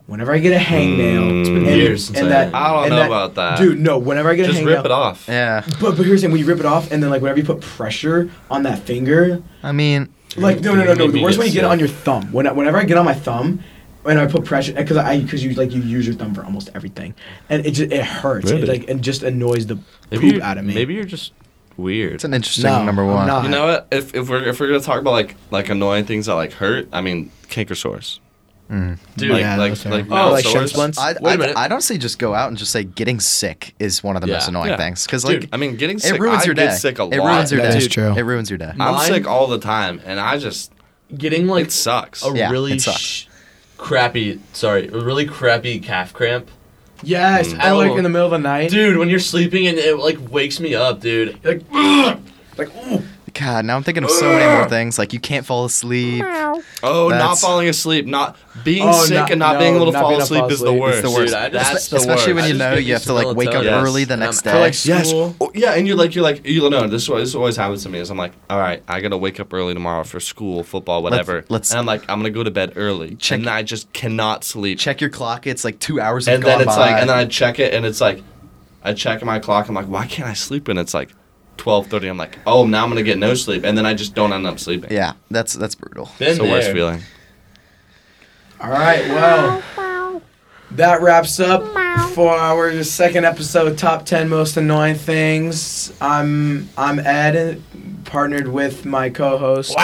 Speaker 3: Whenever I get a hangnail,
Speaker 2: Mm. It's
Speaker 1: been
Speaker 3: and-
Speaker 1: years since
Speaker 3: and
Speaker 1: I
Speaker 3: that-
Speaker 1: had
Speaker 2: I don't
Speaker 3: and
Speaker 2: know
Speaker 3: that-
Speaker 2: about that.
Speaker 3: Dude, no, whenever I get
Speaker 2: just
Speaker 3: a hangnail,
Speaker 2: rip it off.
Speaker 4: Yeah.
Speaker 3: But but here's the thing: when you rip it off, and then like whenever you put pressure on that finger,
Speaker 4: I mean,
Speaker 3: like no no
Speaker 1: You
Speaker 3: no no.
Speaker 1: made
Speaker 3: The
Speaker 1: me
Speaker 3: worst when
Speaker 1: get
Speaker 3: you get it
Speaker 1: sick.
Speaker 3: on your thumb. When I- whenever I get on my thumb, and I put pressure because I because you like you use your thumb for almost everything, and it just it hurts.
Speaker 2: Really?
Speaker 3: It like it just annoys the
Speaker 1: Maybe
Speaker 3: poop
Speaker 1: you're-
Speaker 3: out of me.
Speaker 1: Maybe you're just weird.
Speaker 4: it's an interesting
Speaker 3: No,
Speaker 4: number
Speaker 3: I'm
Speaker 4: one.
Speaker 3: not.
Speaker 2: You know what? If, if we're if we're gonna talk about like like annoying things that like hurt, I mean canker sores.
Speaker 4: Mm.
Speaker 1: Dude,
Speaker 2: like
Speaker 3: yeah,
Speaker 2: like
Speaker 3: that's fair.
Speaker 2: like,
Speaker 1: Oh,
Speaker 2: mouth
Speaker 1: like shin
Speaker 2: sores.
Speaker 1: splints?
Speaker 4: I,
Speaker 1: Wait a minute.
Speaker 4: I, I'd honestly just go out and just say getting sick is one of the most
Speaker 1: Yeah.
Speaker 4: annoying
Speaker 2: Yeah.
Speaker 4: things because like
Speaker 2: Dude, I mean, getting
Speaker 4: it
Speaker 2: sick.
Speaker 4: ruins
Speaker 2: I
Speaker 4: your
Speaker 2: get
Speaker 4: day.
Speaker 2: sick a
Speaker 4: it
Speaker 2: lot.
Speaker 4: ruins your
Speaker 3: That
Speaker 4: day.
Speaker 3: is true.
Speaker 4: It ruins your day.
Speaker 2: I'm
Speaker 1: Mine-
Speaker 2: sick all the time, and I just
Speaker 1: Getting like
Speaker 2: it sucks.
Speaker 1: a
Speaker 4: Yeah,
Speaker 1: really
Speaker 4: it sucks.
Speaker 1: sh- crappy, sorry, a really crappy calf cramp.
Speaker 3: Yes,
Speaker 2: Mm.
Speaker 3: I like
Speaker 1: Oh.
Speaker 3: in the middle of the night.
Speaker 1: Dude, when you're sleeping and it like wakes me up, dude.
Speaker 3: Like, ugh, like ooh.
Speaker 4: God, now I'm thinking of so many more things. Like you can't fall asleep.
Speaker 2: Oh, not
Speaker 4: That's-
Speaker 2: falling asleep, not being
Speaker 3: Oh,
Speaker 2: sick
Speaker 3: not-
Speaker 2: and not
Speaker 3: no,
Speaker 2: being able to
Speaker 3: not
Speaker 2: fall
Speaker 3: being able to
Speaker 2: asleep
Speaker 3: fall
Speaker 2: is the
Speaker 3: asleep.
Speaker 2: worse.
Speaker 4: It's the worst.
Speaker 1: I just-
Speaker 2: That's the
Speaker 4: Especially
Speaker 2: worst.
Speaker 4: when
Speaker 1: I
Speaker 4: you
Speaker 1: just
Speaker 4: know
Speaker 1: get
Speaker 4: you have to like wake up
Speaker 1: used to melatonin.
Speaker 4: early the
Speaker 1: Yes.
Speaker 4: next
Speaker 1: And I'm
Speaker 4: day.
Speaker 1: out.
Speaker 2: Yes.
Speaker 1: School.
Speaker 2: Oh, yeah, and you're like you're like you know this is what- this always happens to me is I'm like all right I gotta wake up early tomorrow for school football whatever
Speaker 4: let's-
Speaker 2: and I'm like I'm gonna go to bed early
Speaker 4: Check-
Speaker 2: and I just cannot sleep
Speaker 4: Check your clock. It's like two hours have
Speaker 2: and then
Speaker 4: gone
Speaker 2: it's
Speaker 4: by.
Speaker 2: like and then I check it and it's like I check my clock I'm like why can't I sleep and it's like 12:30 I'm like oh now I'm gonna get no sleep and then I just don't end up sleeping
Speaker 4: yeah, that's that's brutal.
Speaker 1: Been
Speaker 2: it's the worst
Speaker 1: there.
Speaker 2: feeling
Speaker 3: All right, well, that wraps up for our second episode, top ten most annoying things. I'm I'm Ed, partnered with my co-host.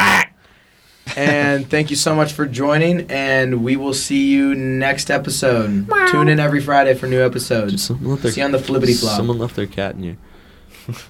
Speaker 3: and thank you so much for joining, and we will see you next episode. Tune in every Friday for new episodes.
Speaker 1: Someone left
Speaker 3: See you on the flippity flop.
Speaker 1: Someone left their cat in here.